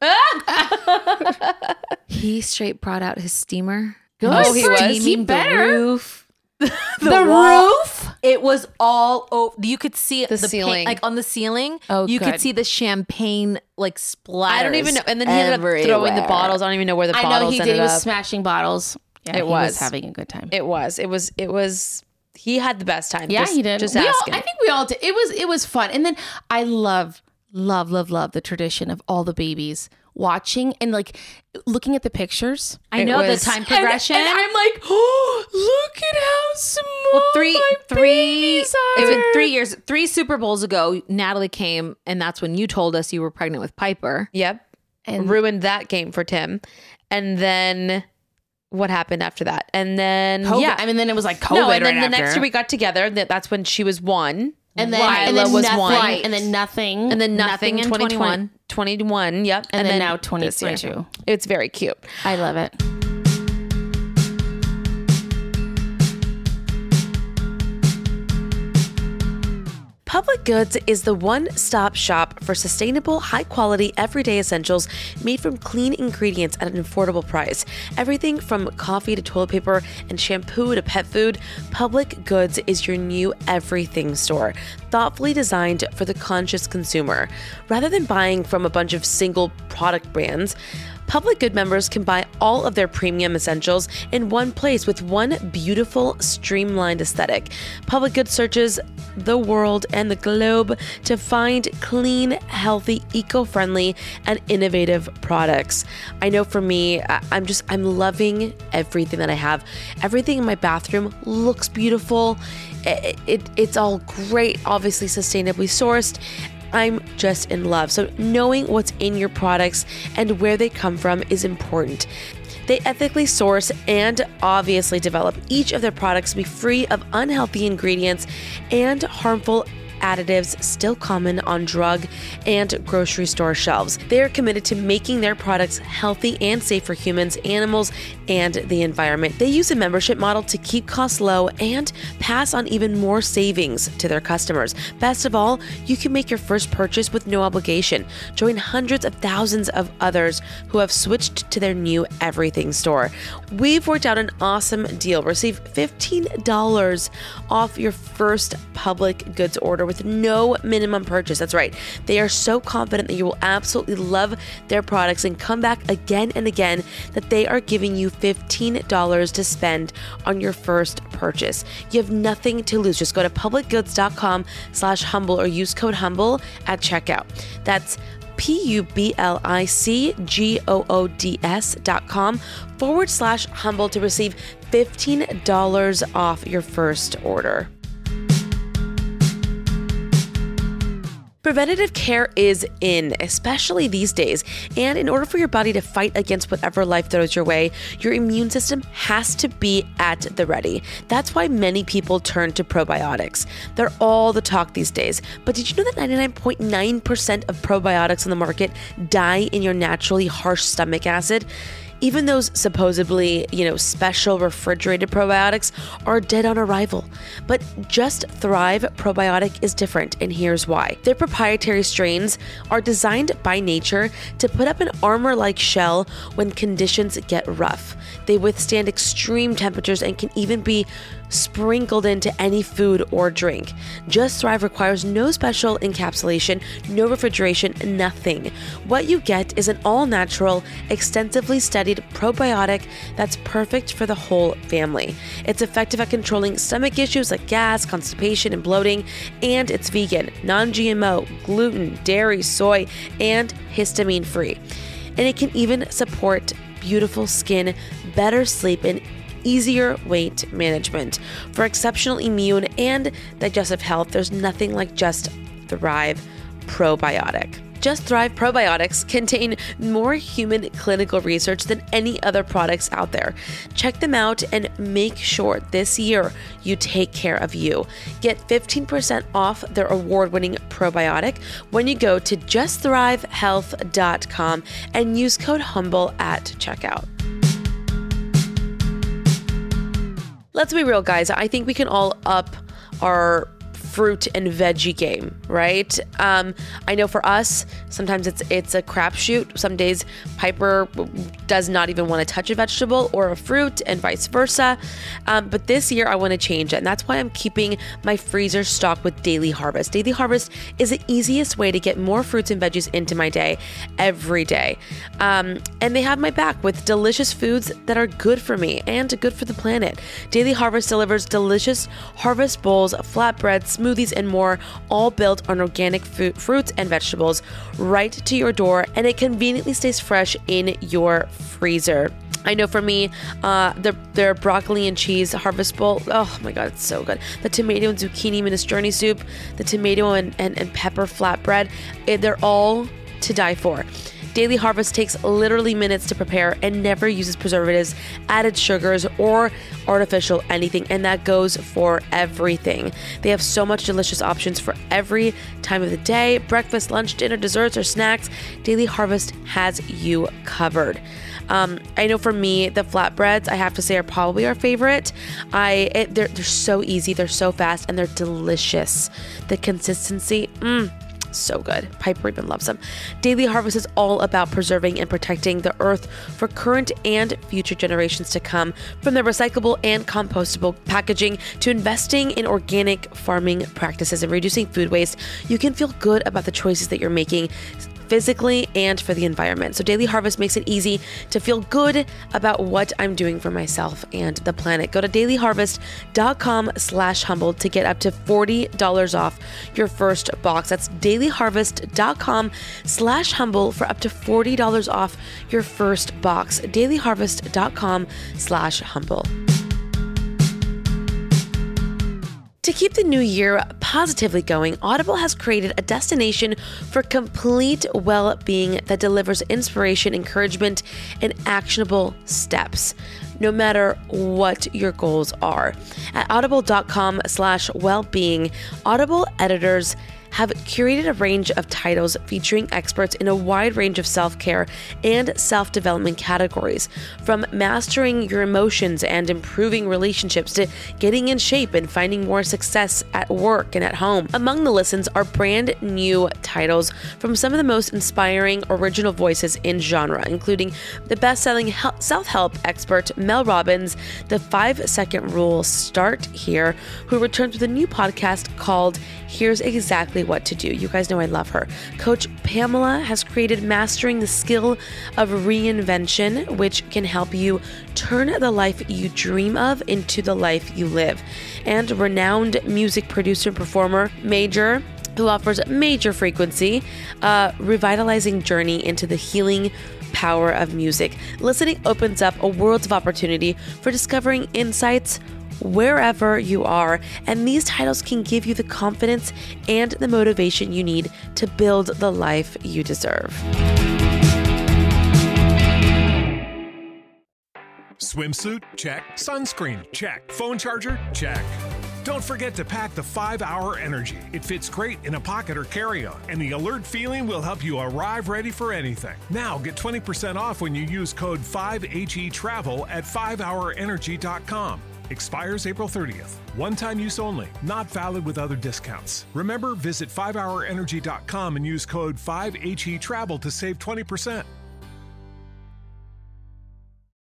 S3: he straight brought out his steamer.
S1: Oh, he
S4: for
S1: was?
S4: you. He
S3: steaming the
S4: better.
S3: roof.
S4: The,
S3: wall.
S4: roof.
S3: It was all over. You could see
S1: The
S3: the, paint-
S1: ceiling.
S3: like on the ceiling.
S4: Oh,
S3: you could
S4: good.
S3: see the champagne like splatter.
S1: I don't even know. And then he ended up throwing the bottles. I don't even know where the
S4: I
S1: bottles
S4: know he did.
S1: ended
S4: He was
S1: up.
S4: smashing bottles. Yeah,
S1: It
S4: he was.
S1: was.
S4: having a good time.
S1: it was. It was. It was. He had the best time.
S4: yeah,
S1: Just-
S4: he did.
S1: Just
S4: we all,
S1: asking.
S4: I think we all did. It was it was fun. And then I love love love love the tradition of all the babies watching and like looking at the pictures.
S3: I
S1: It
S3: know
S1: was-
S3: the time progression.
S4: And, and I'm like, oh, look at how small.
S3: Oh three
S4: my
S3: three
S4: babies are.
S3: it was three years three super bowls ago natalie came and that's when you told us you were pregnant with piper
S1: Yep.
S4: And-
S1: ruined that game for Tim. And then what happened after that? And then
S4: COVID.
S1: yeah,
S4: I mean, then it was like COVID.
S1: no. And then
S4: right
S1: the
S4: after.
S1: next year we got together. That that's when she was one.
S4: and then,
S1: Lila
S4: and then
S1: was
S4: nothing,
S1: one.
S4: and then nothing,
S1: And then nothing,
S3: Nothing
S1: in
S3: in
S1: 2021. 21, yep.
S4: and, then, now
S1: this year.
S4: 22.
S1: It's very cute.
S4: I love it.
S2: Public Goods is the one stop shop for sustainable, high quality, everyday essentials made from clean ingredients at an affordable price. Everything from coffee to toilet paper and shampoo to pet food, Public Goods is your new everything store, thoughtfully designed for the conscious consumer. Rather than buying from a bunch of single product brands, Public Good members can buy all of their premium essentials in one place with one beautiful, streamlined aesthetic. Public Good searches the world and the globe to find clean, healthy, eco friendly, and innovative products. I know for me, I- I'm just, I'm loving everything that I have. Everything in my bathroom looks beautiful. It, it- it's all great, obviously, sustainably sourced. I'm just in love. So, knowing what's in your products and where they come from is important. They ethically source and obviously develop each of their products to be free of unhealthy ingredients and harmful additives still common on drug and grocery store shelves. They are committed to making their products healthy and safe for humans, animals, and the environment. They use a membership model to keep costs low and pass on even more savings to their customers. Best of all, you can make your first purchase with no obligation. Join hundreds of thousands of others who have switched to their new everything store. We've worked out an awesome deal. Receive $15 off your first public goods order with no minimum purchase. That's right. They are so confident that you will absolutely love their products and come back again and again that they are giving you $15 to spend on your first purchase. You have nothing to lose. Just go to publicgoods.com slash humble or use code humble at checkout. That's P U B L I C G O O D S dot com forward slash humble to receive $15 off your first order. Preventative care is in, especially these days. And in order for your body to fight against whatever life throws your way, your immune system has to be at the ready. That's why many people turn to probiotics. They're all the talk these days. But did you know that 99.9% of probiotics on the market die in your naturally harsh stomach acid? Even those supposedly, you know, special refrigerated probiotics are dead on arrival. But Just Thrive probiotic is different, and here's why. Their proprietary strains are designed by nature to put up an armor like shell when conditions get rough. They withstand extreme temperatures and can even be sprinkled into any food or drink. Just Thrive requires no special encapsulation, no refrigeration, nothing. What you get is an all natural, extensively studied probiotic that's perfect for the whole family. It's effective at controlling stomach issues like gas, constipation, and bloating, and it's vegan, non GMO, gluten, dairy, soy, and histamine free. And it can even support beautiful skin, better sleep, and easier weight management. For exceptional immune and digestive health, there's nothing like Just Thrive Probiotic. Just Thrive probiotics contain more human clinical research than any other products out there. Check them out and make sure this year you take care of you. Get 15% off their award winning probiotic when you go to justthrivehealth.com and use code HUMBLE at checkout. let's be real, guys. I think we can all up our fruit and veggie game, right? Um, I know for us, sometimes it's it's a crapshoot. Some days Piper does not even want to touch a vegetable or a fruit, and vice versa. Um, but this year, I want to change it, and that's why I'm keeping my freezer stocked with Daily Harvest. Daily Harvest is the easiest way to get more fruits and veggies into my day every day, um, and they have my back with delicious foods that are good for me and good for the planet. Daily Harvest delivers delicious harvest bowls, flatbreads, smoothies, and more, all built on organic fu- fruits and vegetables right to your door, and it conveniently stays fresh in your freezer. I know for me, uh, their, their broccoli and cheese harvest bowl, oh my god, it's so good. The tomato and zucchini minestrone soup, the tomato and, and, and pepper flatbread, eh, they're all to die for. Daily Harvest takes literally minutes to prepare and never uses preservatives, added sugars, or artificial anything, and that goes for everything. They have so much delicious options for every time of the day breakfast, lunch, dinner, desserts, or snacks. Daily Harvest has you covered. Um, I know for me, the flatbreads I have to say are probably our favorite. I it, they're, they're so easy, they're so fast, and they're delicious. The consistency, mm, so good. Piper even loves them. Daily Harvest is all about preserving and protecting the earth for current and future generations to come. From their recyclable and compostable packaging to investing in organic farming practices and reducing food waste, you can feel good about the choices that you're making physically and for the environment. So Daily Harvest makes it easy to feel good about what I'm doing for myself and the planet. Go to dailyharvest.com slash humble to get up to $40 off your first box. That's dailyharvest.com slash humble for up to $40 off your first box. dailyharvest.com slash humble. To keep the new year positively going, Audible has created a destination for complete well being that delivers inspiration, encouragement, and actionable steps no matter what your goals are. At audible.com slash well-being, Audible editors have curated a range of titles featuring experts in a wide range of self-care and self-development categories, from mastering your emotions and improving relationships to getting in shape and finding more success at work and at home. Among the listens are brand new titles from some of the most inspiring original voices in genre, including the best-selling hel- self-help expert Mel Robbins, The Five Second Rule Start Here, who returns with a new podcast called Here's Exactly What to Do. You guys know I love her. Coach Pamela has created Mastering the Skill of Reinvention, which can help you turn the life you dream of into the life you live. And renowned music producer and performer Major who offers major frequency, uh, revitalizing journey into the healing power of music. Listening opens up a world of opportunity for discovering insights wherever you are, and these titles can give you the confidence and the motivation you need to build the life you deserve.
S5: Swimsuit? Check. Sunscreen? Check. Phone charger? Check. Don't forget to pack the 5 Hour Energy. It fits great in a pocket or carry on, and the alert feeling will help you arrive ready for anything. Now get 20% off when you use code 5HE Travel at 5hourenergy.com. Expires April 30th. One time use only, not valid with other discounts. Remember, visit 5hourenergy.com and use code 5HE Travel to save 20%.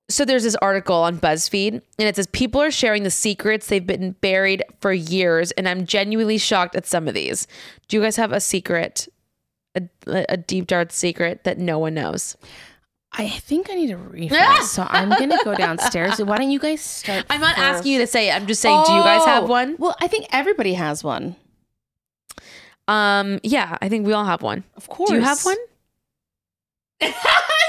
S2: So there's this article on BuzzFeed, and it says people are sharing the secrets they've been buried for years, and I'm genuinely shocked at some of these. Do you guys have a secret, a, a deep dark secret that no one knows?
S4: I think I need a refresh, so I'm gonna go downstairs. Why don't you guys start?
S2: I'm not asking you to say it. I'm just saying, do you guys have one?
S4: Oh. Well, I think everybody has one.
S2: Um, yeah, I think we all have one.
S4: Of course.
S2: Do you have one?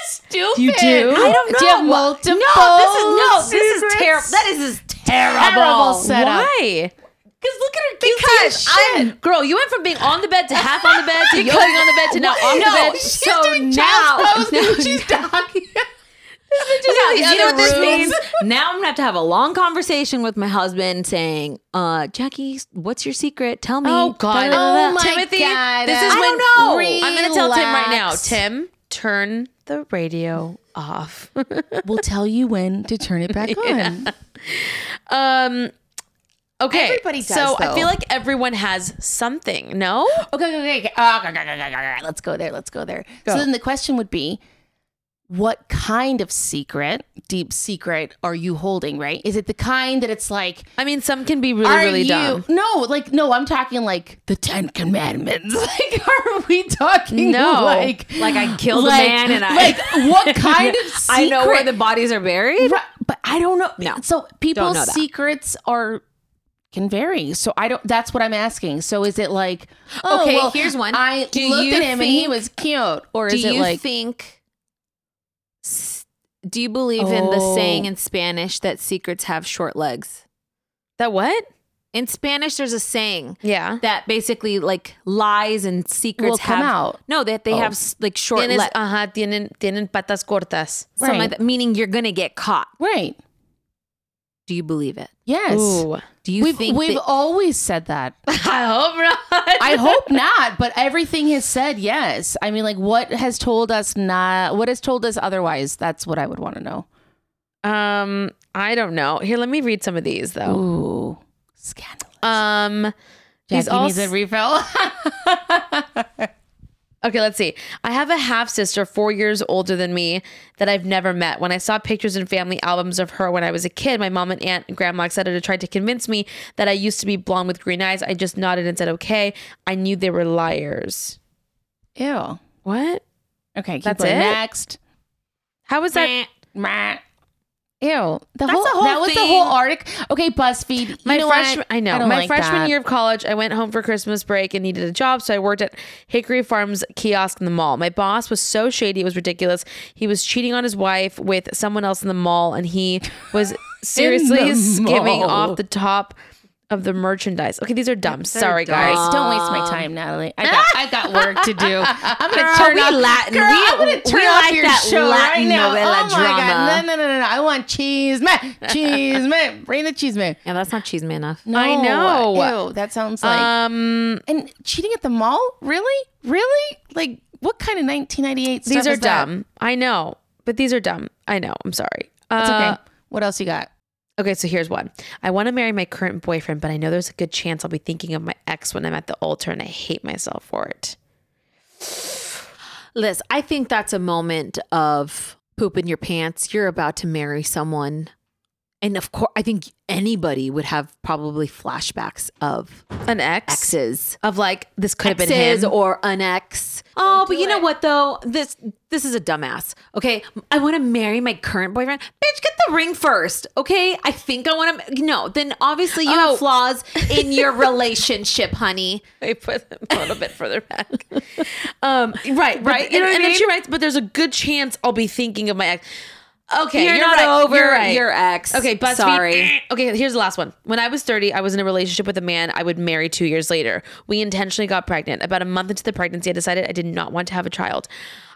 S4: Stupid.
S2: You do? I don't
S4: Do you have multiple? No,
S6: this is terrible. That is this is terrible.
S4: terrible setup.
S2: Why?
S6: Because look at her.
S2: Because I'm girl. You went from being on the bed to half on the bed to yodeling on the bed to now off the bed. So now,
S4: She's talking.
S6: Yeah, you know what this
S2: room.
S6: means? Now I'm gonna have to have a long conversation with my husband, saying, uh, "Jackie, what's your secret? Tell me."
S2: oh god,
S4: Oh my
S2: Timothy,
S4: God.
S2: this is
S4: I
S2: when
S4: don't know.
S2: I'm gonna tell Tim right now.
S4: Relax.
S2: Tim, turn the radio off.
S4: We'll tell you when to turn it back on.
S2: um. Okay.
S4: Everybody does,
S2: So I
S4: though.
S2: feel like everyone has something. No.
S4: Okay, okay, okay. okay. Ah, okay, okay, okay, okay, okay. Let's go there. Let's go there. So then the question would be what kind of secret, deep secret, are you holding, right? Is it the kind that it's like,
S2: I mean, some can be really,
S4: are
S2: really
S4: you,
S2: dumb.
S4: No, like, no, I'm talking like the Ten Commandments. Like, are we talking
S2: No.
S4: like,
S6: like I killed
S4: like,
S6: a man and I.
S4: like what kind of secret?
S6: I know where the bodies are buried.
S4: Right, but I don't know.
S6: No,
S4: so
S6: don't
S4: people's
S6: know that.
S4: secrets are can vary. So I don't. That's what I'm asking. So is it like oh,
S3: Okay,
S4: well,
S3: here's one.
S4: I
S3: Do
S4: looked
S3: you
S4: at him and he
S3: think-
S4: was cute, or
S3: do
S4: is it
S3: you
S4: like
S3: think s- do you believe in the
S4: Oh.
S3: saying in spanish that secrets have short legs
S2: That what?
S3: in spanish there's a saying
S2: Yeah.
S3: that basically like lies and secrets
S4: Will come
S3: have
S4: out.
S3: no that they
S2: Oh.
S3: have s- like short
S2: Tienes,
S3: legs
S2: ajá, tienen, tienen patas cortas.
S3: something
S4: Right.
S3: like that, meaning you're gonna get caught
S4: right?
S3: do you believe it
S4: Yes,
S2: Ooh.
S3: do you
S4: we've
S3: think
S4: we've
S3: that-
S4: always said that.
S2: I hope not.
S4: I hope not, but everything has said yes. I mean, like what has told us not? What has told us otherwise? That's what I would want to know.
S2: Um, I don't know. Here, let me read some of these though.
S4: Ooh, scandalous.
S2: Um, these
S4: Jackie
S2: all
S4: needs a refill.
S2: okay. Let's see. I have a half sister, four years older than me, that I've never met. When I saw pictures and family albums of her when I was a kid, my mom and aunt and grandma etc. tried to convince me that I used to be blonde with green eyes. I just nodded and said, "Okay." I knew they were liars.
S4: Ew.
S2: What?
S4: Okay, keep
S2: That's
S4: going.
S2: it?
S4: Next.
S2: How was that?
S4: Meh. Ew. The
S6: the whole
S4: that was the
S6: thing.
S4: whole article. Okay, BuzzFeed. You
S2: My
S4: know what?
S2: freshman, I know.
S4: don't
S2: my
S4: like
S2: freshman
S4: that.
S2: year of college, I went home for Christmas break and needed a job, so I worked at Hickory Farms kiosk in the mall. My boss was so shady; it was ridiculous. He was cheating on his wife with someone else in the mall, and he was seriously
S4: the
S2: skimming
S4: mall.
S2: off the top of the merchandise. Okay, these are dumb. Sorry, guys.
S4: Guys, don't waste my time, Natalie. I got, I got work to do. I'm gonna turn
S6: we
S4: off
S6: Latin.
S4: Girl,
S6: We-
S4: I'm gonna turn
S6: we
S4: off
S6: like
S4: your
S6: that
S4: show right
S6: Latin
S4: now.
S6: novella
S4: oh my
S6: drama.
S4: god! No, no, no, no, no! I want cheese, man. Cheese, man. Bring the cheese, man.
S3: yeah that's not cheese man enough
S4: No,
S2: I know.
S4: Ew, that sounds like
S2: Um,
S4: and cheating at the mall. Really, really? Like what kind of 1998?
S2: these
S4: stuff
S2: are
S4: is that?
S2: dumb. I know, but these are dumb. I know. I'm sorry.
S4: It's okay.
S2: Uh,
S4: what else you got?
S2: Okay, so here's one. I want to marry my current boyfriend, but I know there's a good chance I'll be thinking of my ex when I'm at the altar and I hate myself for it.
S3: Liz, I think that's a moment of poop in your pants. You're about to marry someone. And of course, I think anybody would have probably flashbacks of
S2: An ex?
S3: exes.
S2: Of like, this could have been
S3: Exes
S2: him.
S3: or an ex. Oh, but you know what though? This this is a dumbass. Okay, I want to marry my current boyfriend. Bitch, get the ring first. Okay, I think I want to. No, then obviously you
S2: Oh.
S3: have flaws in your relationship, honey.
S2: I put them a little bit further back. Um, right, right.
S3: You know
S2: and and
S3: what I
S2: then
S3: mean?
S2: she writes, but there's a good chance I'll be thinking of my ex. Okay,
S3: you're,
S2: you're
S3: not
S2: right,
S3: over
S2: you're right.
S3: your ex.
S2: Okay, BuzzFeed.
S3: sorry.
S2: Okay, here's the last one. When I was 30, I was in a relationship with a man I would marry two years later. We intentionally got pregnant. About a month into the pregnancy, I decided I did not want to have a child.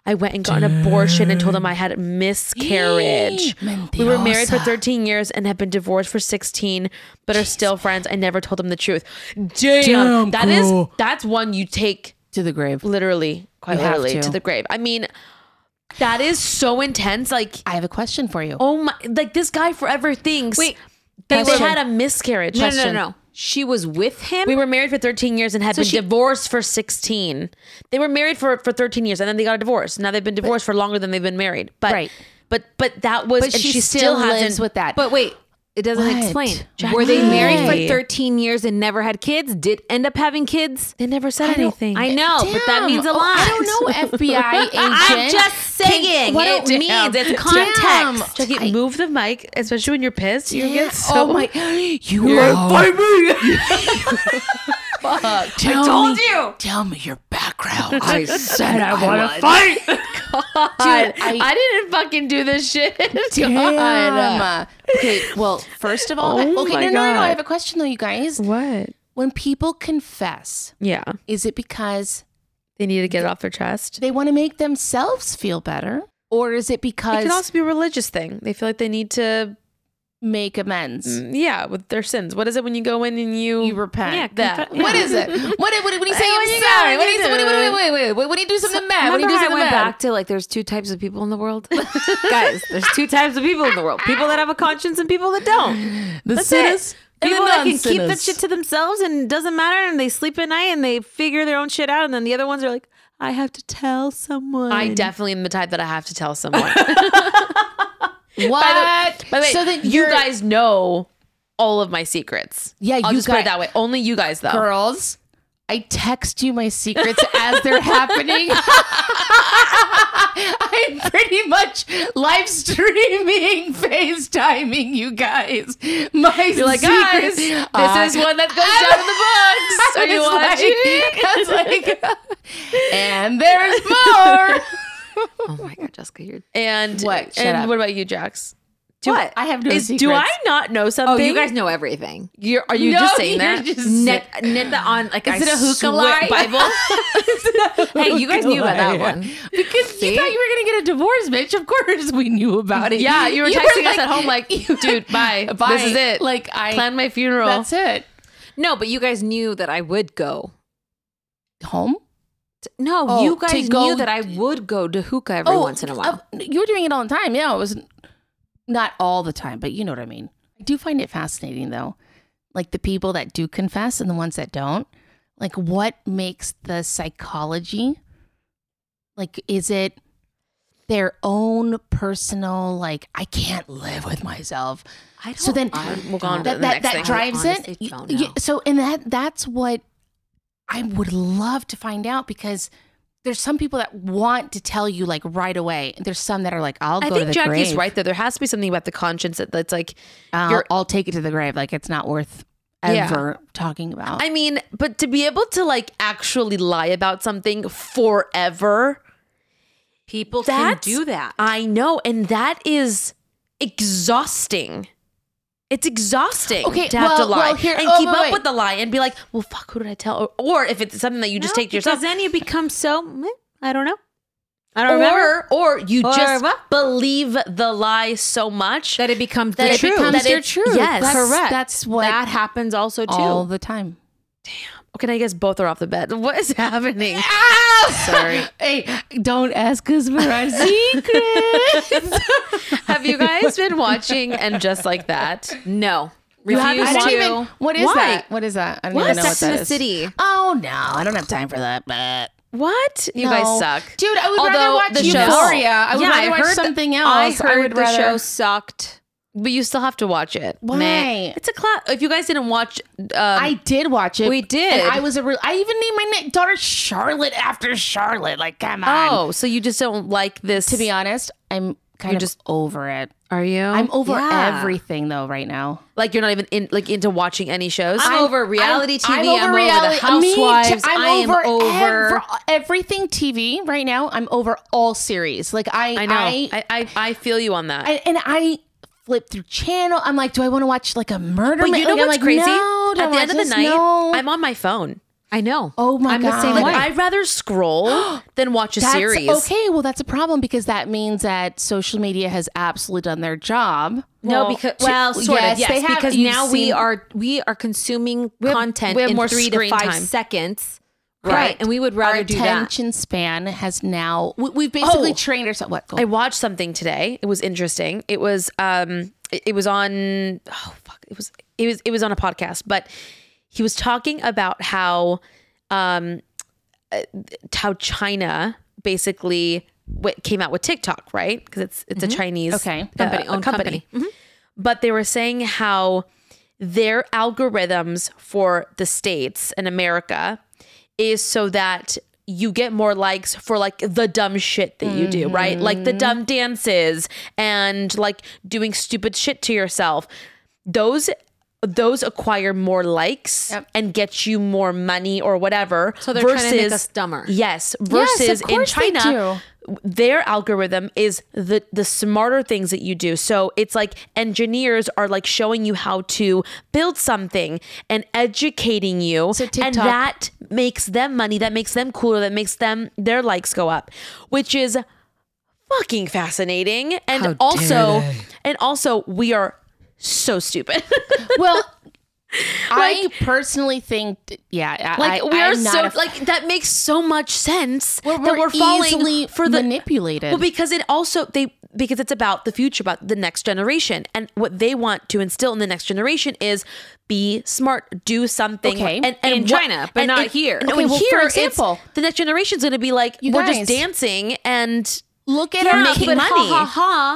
S2: I went and got an abortion and told him I had a miscarriage. we were married for 13 years and have been divorced for 16, but are still friends. I never told him the truth. Damn,
S7: Damn,
S2: that is
S7: girl.
S2: that's one you take
S8: to the grave.
S2: literally, quite
S4: You have
S2: literally, to.
S4: to.
S2: the grave. I mean, that is so intense. Like,
S4: I have a question for you.
S2: oh my, like this guy forever thinks.
S3: Wait,
S2: that they
S3: Question.
S2: had a miscarriage.
S3: no, no, no, no. She was with him.
S2: We were married for 13 years and had been
S3: she-
S2: divorced for 16. They were married for, for 13 years and then they got a divorce. Now they've been divorced for longer than they've been married. But
S4: Right.
S2: but but that was
S4: But
S2: and
S4: she, still, lives with that.
S3: But wait, it doesn't
S4: What?
S3: explain.
S4: Jackie.
S3: Were they married
S2: Why?
S3: for 13 years and never had kids? Did end up having kids?
S2: they never said
S4: don't-
S2: anything.
S3: I know, but that
S4: Damn.
S3: means a
S4: Oh,
S3: lot.
S4: I don't know, FBI agent.
S3: I'm
S4: Can-
S3: just saying
S4: what
S3: it
S4: do-
S3: means. It's context.
S4: Damn.
S2: Jackie,
S4: I-
S2: move the mic, especially when you're pissed. You get so
S4: oh my! You are. Tell me,
S3: you.
S4: Tell me your background.
S8: I said I want to
S2: God, I, didn't fucking do this shit.
S4: Damn. Okay. Well, first of all, okay. No, no, no, no. I have a question though, you guys.
S2: What?
S4: When people confess,
S2: Yeah.
S4: is it because
S2: They need to get it off their chest.
S4: they want to make themselves feel better, or is it
S2: It
S4: because
S2: can also be a religious thing. They feel like they need to
S4: make amends?
S2: Mm, Yeah, with their sins. What is it when you go in and you,
S4: You repent.
S2: Yeah, that.
S4: What is it? What, what, what do you say?
S2: Hey,
S4: I'm
S2: when you go,
S4: sorry. What
S2: when
S4: do you
S2: you
S4: say? What do
S2: do
S4: you- wait,
S2: it.
S4: wait, wait, wait, wait. What do you do something bad? What do
S3: Remember
S4: you do
S3: how I
S4: something
S3: went
S4: bad?
S3: back to like there's two types of people in the world? Guys, there's two types of people in the world. People that have a conscience and people that don't.
S4: The
S3: That's it. People that can keep that shit to themselves and it doesn't matter and they sleep at night and they figure their own shit out and then the other ones are like, I have to tell someone.
S2: I definitely am the type that I have to tell someone.
S4: What?
S2: By the, by the way,
S4: so that
S2: you
S4: you're-
S2: guys know all of my secrets.
S4: Yeah,
S2: I'll
S4: you
S2: just put
S4: guy-
S2: it that way. Only you guys, though.
S4: girls, I text you my secrets as they're happening. I'm pretty much live streaming, FaceTiming you guys. My
S2: You're like, guys,
S4: secrets.
S2: this
S4: I-
S2: is one that goes down in the books. Are you watching?
S4: watching? Like, I was like, and there's more.
S3: Oh my god, Jessica, you're
S2: and
S4: What? Shut
S2: and
S4: up.
S2: what about you, Jax?
S3: what?
S4: I have no
S2: Is,
S4: secrets.
S2: do I not know something?
S3: oh, you guys know everything.
S2: You're, are you
S4: No,
S2: just saying
S4: you're
S2: that?
S4: just-
S3: Net, net the on like
S4: Is
S3: I
S4: it a hookah lie?
S3: swear-
S2: Bible?
S3: Hey, you guys knew about that one.
S4: Because you thought you were going to get a divorce, bitch. Of course we knew about it.
S2: yeah, you were texting us
S4: like-
S2: at home like,
S4: you were-
S2: dude, bye.
S4: Bye.
S2: This is it.
S4: Like, I-
S2: plan my funeral.
S4: That's it.
S3: No, but you guys knew that I would go.
S4: Home?
S3: No,
S4: Oh,
S3: you
S4: to
S3: guys
S4: go-
S3: knew that I would go to hookah every
S2: Oh,
S3: once in a while.
S4: uh, you were doing it all the time. Yeah, it was not all the time, but you know what I mean. I do find it fascinating though, like the people that do confess and the ones that don't. Like, what makes the psychology? Like, is it their own personal? Like, I can't live with myself.
S3: I
S4: So then-
S2: We'll go on to
S4: that
S2: the
S4: that,
S2: next
S4: that
S2: thing.
S4: drives
S3: I
S4: it.
S3: honestly
S4: Y-
S3: don't
S4: y-
S3: know.
S4: so and that that's what I would love to find out because there's some people that want to tell you like right away. and There's some that are like, I'll
S2: I
S4: go to
S2: think
S4: the
S2: Jackie's
S4: grave.
S2: right though. There has to be something about the conscience that, that's like,
S4: I'll,
S2: You're-
S4: I'll take it to the grave. Like it's not worth
S2: Yeah.
S4: ever talking about.
S2: I mean, but to be able to like actually lie about something forever,
S3: People
S2: that's
S3: can do that.
S2: I know, and that is exhausting. It's exhausting
S4: Okay,
S2: to have to
S4: well-
S2: lie
S4: well, here-
S2: and
S4: oh,
S2: keep
S4: wait,
S2: up
S4: wait.
S2: with the lie and be like, "Well, fuck, who did I tell?" Or, or if it's something that you just
S3: No,
S2: take to yourself,
S3: Because then you become so meh, I don't know. I don't remember
S2: or or you
S3: Or
S2: just
S3: what?
S2: believe the lie so much
S3: that it becomes
S2: That
S3: the
S2: it
S3: truth.
S2: becomes
S3: That
S2: your
S3: it-
S2: truth.
S3: Yes,
S2: That's-
S3: correct.
S4: that's what-
S3: that happens also too.
S4: all the time.
S2: Okay, I guess both are off the bed. What is happening?
S4: Sorry. hey, don't ask us for our secrets.
S2: Have you guys been watching and just like that?
S3: no,
S4: I
S3: refuse
S4: don't
S3: to.
S4: even. What is
S2: Why?
S4: that? What is that? I don't
S3: What?
S4: even know
S3: Sex
S4: what
S3: in
S4: that
S3: the
S4: is.
S3: City.
S4: Oh no, I don't have time for that. But
S2: What? You guys
S4: No.
S2: suck.
S4: Dude, I would rather
S2: Although
S4: watch
S2: the show-
S4: Euphoria. I would
S3: Yeah,
S4: rather
S3: I
S4: watch
S3: heard the-
S4: something
S3: I
S4: else.
S3: heard
S4: would
S3: the
S4: rather,
S3: show sucked.
S2: But you still have to watch it.
S4: Why?
S2: Meh. It's a class. If you guys didn't watch, um,
S4: I did watch it.
S3: We did.
S4: And I was a real. I even named my ne- daughter Charlotte after Charlotte. Like, come on.
S2: oh, so you just don't like this?
S4: To be honest, I'm kind of just over it.
S2: Are you?
S4: I'm over
S2: Yeah.
S4: everything though right now.
S2: Like you're not even in like into watching any shows.
S4: I'm- I'm- I'm reality- me too. I'm over ever- everything TV right now. I'm over all series. Like I,
S2: I know. I, I I feel you on that.
S4: I- and I flip through channel. I'm like, do I want to watch like a murder?
S2: but
S4: mi-
S2: you know
S4: like, I'm
S2: what's
S4: like,
S2: crazy?
S4: No,
S2: At
S4: don't
S2: the
S4: watch
S2: end of the
S4: this.
S2: night,
S4: no.
S2: I'm on my phone.
S3: I know.
S4: Oh my
S3: I'm
S4: god!
S3: the same way.
S2: Like I'd rather scroll than watch a
S4: That's
S2: series.
S4: okay. Well, that's a problem because that means that social media has absolutely done their job.
S3: No,
S6: Well,
S3: because
S6: well,
S3: to-
S6: sort of, yes,
S3: they have-
S6: because
S3: you've
S6: now we
S3: seen-
S6: are we are consuming content
S2: we have
S6: in
S2: more
S6: three to
S2: screen
S6: five
S2: time.
S6: seconds, right?
S3: Correct.
S6: And we would rather
S4: Our
S6: do that.
S4: attention span has now we, we've basically
S2: Oh.
S4: trained ourselves. What? Go.
S2: I watched something today. It was interesting. It was um it, it was on oh fuck. It was it was it was on a podcast, but he was talking about how um uh, how China basically what came out with TikTok, right? Because it's it's a Chinese uh,
S4: Okay.
S2: company,
S6: owned company.
S2: But they were saying how their algorithms for the states and America is so that you get more likes for like the dumb shit that you do,
S6: Mm-hmm.
S2: right? Like the dumb dances and like doing stupid shit to yourself. Those those acquire more likes and get you more money or whatever.
S6: So they're trying to make us dumber.
S2: Yes.
S4: Yes, of
S2: Versus in
S4: course they
S2: China, their algorithm is the the smarter things that you do. So it's like engineers are like showing you how to build something and educating you.
S4: So
S2: and
S4: TikTok-
S2: that makes them money, that makes them cooler, that makes them their likes go up, which is fucking fascinating. And also and also we are so stupid.
S4: well, I personally think, yeah, I,
S2: like
S4: I-
S2: we're
S4: I'm not
S2: so
S4: a-
S2: like that makes so much sense
S4: we're,
S2: that we're falling
S4: easily
S2: for the
S4: manipulated.
S2: Well, because it also they because it's about the future, about the next generation, and what they want to instill in the next generation is be smart, do something.
S4: Okay.
S2: and, and
S6: In China, but not
S2: in-
S6: here.
S2: No,
S4: Okay,
S2: in
S4: well, for
S2: here, it's-
S4: example-
S2: the next generation's going to be like
S4: You
S2: we're
S4: guys-
S2: just dancing and
S4: look at
S2: Yeah,
S4: our
S2: making
S6: but
S4: kids.
S2: money.
S6: ha ha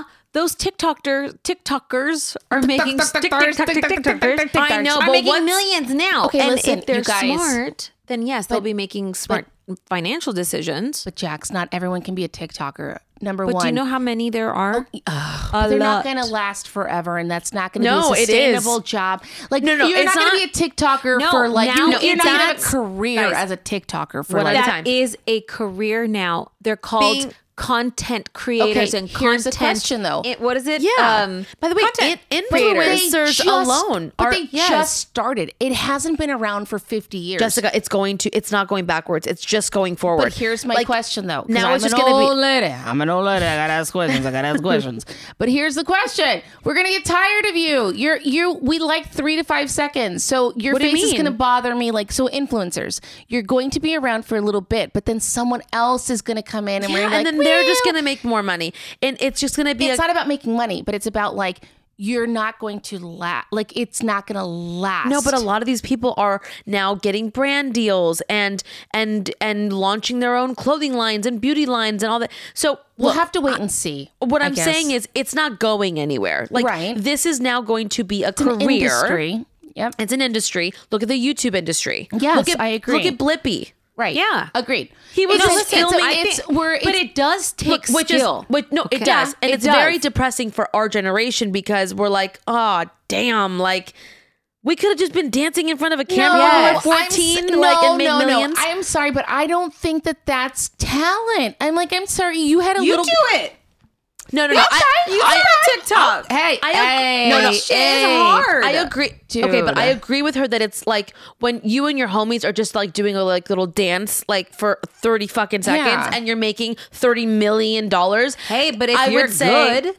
S6: ha. Those TikTokers, TikTokers are making
S4: TikTokers,
S6: TikTokers.
S4: TikTokers.
S6: I know,
S4: Are
S6: but
S4: making
S6: making millions now.
S4: Okay,
S6: and
S4: listen,
S6: if they're
S4: you guys.
S6: smart, then yes, they'll be making smart financial decisions.
S4: But Jax, not everyone can be a TikToker. Number
S6: But
S4: one,
S6: do you know how many there are?
S4: but
S6: a
S4: they're not
S6: lot.
S4: going to last forever, and that's not going to
S2: No,
S4: be
S2: it
S4: a
S2: is.
S4: sustainable job. Like,
S2: no,
S4: you're
S2: it's
S4: not, going
S2: not-
S4: to be a TikToker
S6: No,
S4: for like
S6: now
S4: you, you're not going to have a
S6: that's-
S4: career
S6: guys,
S4: as a TikToker for
S2: one
S4: like
S2: at a
S6: That
S2: time.
S6: is a career now. They're called
S2: Being-
S6: content creators
S4: Okay,
S6: and
S4: here's the
S6: content.
S4: question, though.
S6: It- what is it? Um,
S2: By the way, in,
S6: content.
S2: influencers alone
S4: but
S2: are
S4: they
S2: yes.
S4: just started. It hasn't been around for 50 years.
S2: Jessica, it's going to. It's not going backwards. It's just going forward.
S4: But here's my
S2: Like,
S4: question, though. 'cause
S2: now
S4: I'm
S2: it's just
S4: an
S2: gonna be-
S4: old lady. I'm an old lady. I gotta ask questions. I gotta ask questions. But here's the question: We're gonna get tired of you. You're you. We like three to five seconds. So your
S2: What do you
S4: face is
S2: mean?
S4: gonna bother me. Like so, influencers, you're going to be around for a little bit, but then someone else is gonna come in and we're
S2: Yeah, and
S4: like,
S2: then they're just
S4: "Meow."
S2: going to make more money, and it's just going to be.
S4: It's
S2: a,
S4: not about making money, but it's about like you're not going to last. Like it's not gonna last.
S2: No, but a lot of these people are now getting brand deals and and and launching their own clothing lines and beauty lines and all that. So
S4: We'll
S2: look,
S4: have to wait and see.
S2: what
S4: I
S2: I'm
S4: guess.
S2: saying is it's not going anywhere. Like
S4: Right.
S2: this is now going to be a
S4: It's
S2: career.
S4: an industry. Yep.
S2: It's an industry. Look at the YouTube industry.
S4: Yes,
S2: look at,
S4: I agree.
S2: Look at Blippy.
S4: Right.
S6: Yeah.
S4: Agreed.
S6: He was
S4: It's
S6: just
S4: just- it's,
S6: filming- I
S4: it's,
S6: think-
S4: we're,
S6: but
S4: it's-
S6: it does take
S2: Look, which
S6: skill.
S2: is which no, it
S6: Okay.
S2: does, and
S6: It
S2: it's very
S6: does.
S2: depressing for our generation because we're like, oh damn, like we could have just been dancing in front of a camera
S4: No,
S2: when we were
S4: I'm s-
S2: 14, like and made millions.
S4: I'm sorry, but I don't think that that's talent. I'm like, I'm sorry, you had a little.
S6: it.
S2: No, no, no. I,
S6: You
S2: I,
S6: are on TikTok.
S4: Hey,
S2: I
S4: hey,
S2: ag- no, no,
S4: hey,
S2: Oh, shit
S6: is hard.
S2: I agree.
S4: Dude.
S2: Okay, but I agree with her that it's like when you and your homies are just like doing a like little dance like for 30 fucking seconds
S4: Yeah.
S2: and you're making 30 million dollars.
S6: Hey, but if
S2: I
S6: you're
S2: would say-
S6: good,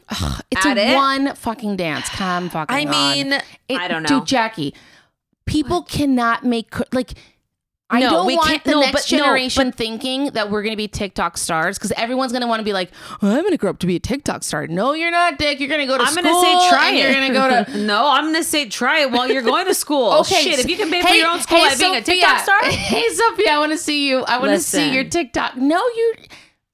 S4: It's
S6: at
S4: a
S6: it.
S4: one fucking dance. Come fucking.
S2: I mean,
S4: on. It-
S6: I don't know.
S4: dude, Jackie. People cannot make cr- like. I
S2: No,
S4: don't
S2: we
S4: want
S2: can't-
S4: the
S2: no,
S4: next
S2: but- no, but-
S4: generation thinking that we're going to be TikTok stars because everyone's going to want to be like, oh, "I'm going to grow up to be a TikTok star." No, you're not, Dick. You're going to go to
S6: I'm
S4: school.
S6: gonna say try
S4: and
S6: it.
S4: You're going to go to
S6: no, I'm gonna say try it while you're going to school. okay, shit, if you can pay for
S4: Oh, hey-
S6: your own school
S4: hey,
S6: by being a
S4: Sophia.
S6: TikTok star,
S4: Hey Sophia, I want to see you. I want to see
S6: Listen.
S4: your TikTok. No, you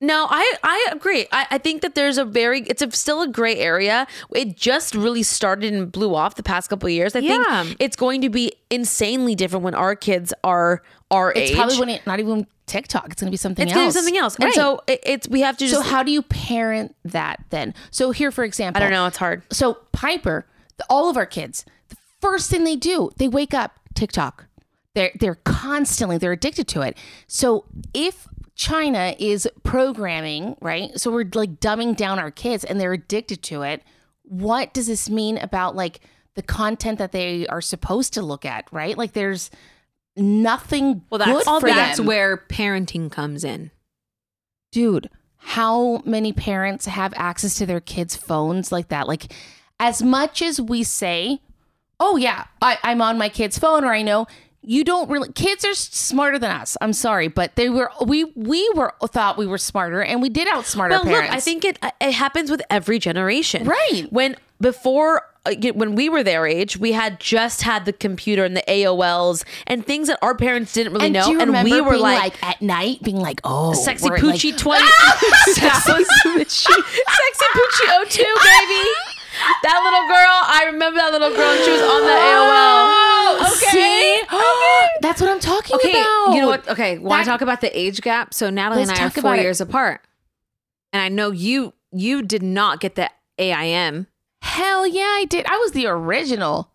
S2: No, I I agree. I, I think that there's a very it's a, still a gray area. It just really started and blew off the past couple of years. I
S3: Yeah.
S2: think it's going to be insanely different when our kids are our
S4: It's
S2: age.
S4: probably when it, not even TikTok. It's going to be something
S2: it's
S4: else.
S2: gonna be something else, and
S4: Right.
S2: so it, it's we have to just.
S4: so how do you parent that then? So here, for example,
S2: I don't know. It's hard.
S4: So Piper, the, all of our kids, the first thing they do, they wake up TikTok. They're they're constantly they're addicted to it. So if China is programming, right? So we're like dumbing down our kids and they're addicted to it. What does this mean about like the content that they are supposed to look at, right? Like there's nothing well, that's, good
S6: all
S4: for
S6: that's
S4: them.
S6: where parenting comes in.
S4: dude how many parents have access to their kids phones like that like as much as we say oh yeah I, i'm on my kid's phone or i know you don't really kids are smarter than us i'm sorry but they were we we were thought we were smarter and we did outsmart
S2: Well,
S4: our parents
S2: look, I think it uh, it happens with every generation,
S4: Right.
S2: When before uh, you- when we were their age, we had just had the computer and the AOLs and things that our parents didn't really
S4: and
S2: know,
S4: do you
S2: and
S4: remember
S2: we were
S4: being
S2: like.
S4: like, at night being like oh
S2: Sexy
S4: we're like-
S2: Poochie 20. sexy Poochie. sexy Poochie 02, baby. That little girl, I remember that little girl. She was on the AOL.
S4: Oh, okay. that's what i'm talking
S6: Okay,
S4: about
S6: you know what? Okay, want
S4: That-
S6: to talk about the age gap? So Natalie
S4: Let's
S6: and I are
S4: talk
S6: four
S4: about it.
S6: years apart, and I know you you did not get the AIM.
S4: hell yeah i did i was the original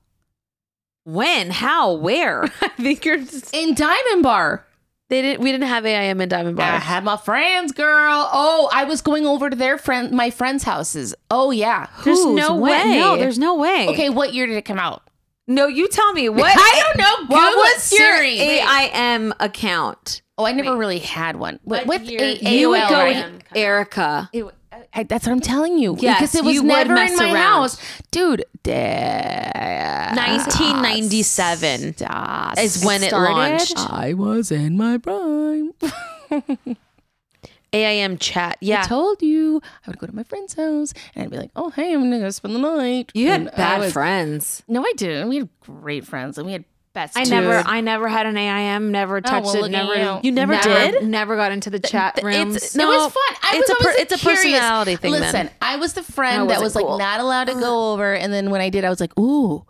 S6: When? How? Where?
S2: I think you're. Just,
S4: in diamond bar
S2: they didn't. We didn't have AIM in Diamond Bar.
S4: I had my friends, girl. Oh, I was going over to their friend, my friends' houses. Oh yeah.
S2: There's
S6: Who's?
S2: no
S6: When?
S2: way.
S6: No, there's no way.
S4: Okay, what year did it come out?
S6: No, you tell me what.
S4: I don't know.
S6: What
S4: Google
S6: was
S4: it,
S6: your
S4: Siri.
S6: AIM account?
S4: Oh, I never really had one. What, with A- AOL,
S6: You would go
S4: right?
S6: with Erica.
S4: It- I, that's what I'm telling you.
S6: Yes,
S4: because it was
S6: you would
S4: never
S6: mess
S4: in my
S6: around.
S4: house, dude. da-
S2: 1997
S4: da-
S2: is when it
S4: started.
S2: launched.
S4: I was in my prime.
S2: AIM chat.
S4: I
S2: Yeah.
S4: told you I would go to my friend's house and I'd be like, "Oh, hey, I'm gonna go spend the night."
S6: You had
S4: And I
S6: bad
S4: was-
S6: friends.
S4: No, I didn't. We had great friends and we had best.
S6: I
S4: dudes.
S6: never, I never had an AIM. Never touched
S4: well,
S6: it.
S4: look at
S6: Never.
S4: you. You
S2: never did?
S6: Never got into the chat
S2: Th-
S6: rooms.
S2: It's,
S4: it
S2: no,
S4: was fun. I
S2: it's
S4: was
S2: a per-
S4: always
S2: it's a
S4: curious.
S2: personality thing.
S4: Listen,
S2: then.
S4: I was the
S6: No, it
S4: friend that
S6: wasn't
S4: was like
S6: cool.
S4: not allowed to go over, and then when I did, I was like, "Ooh,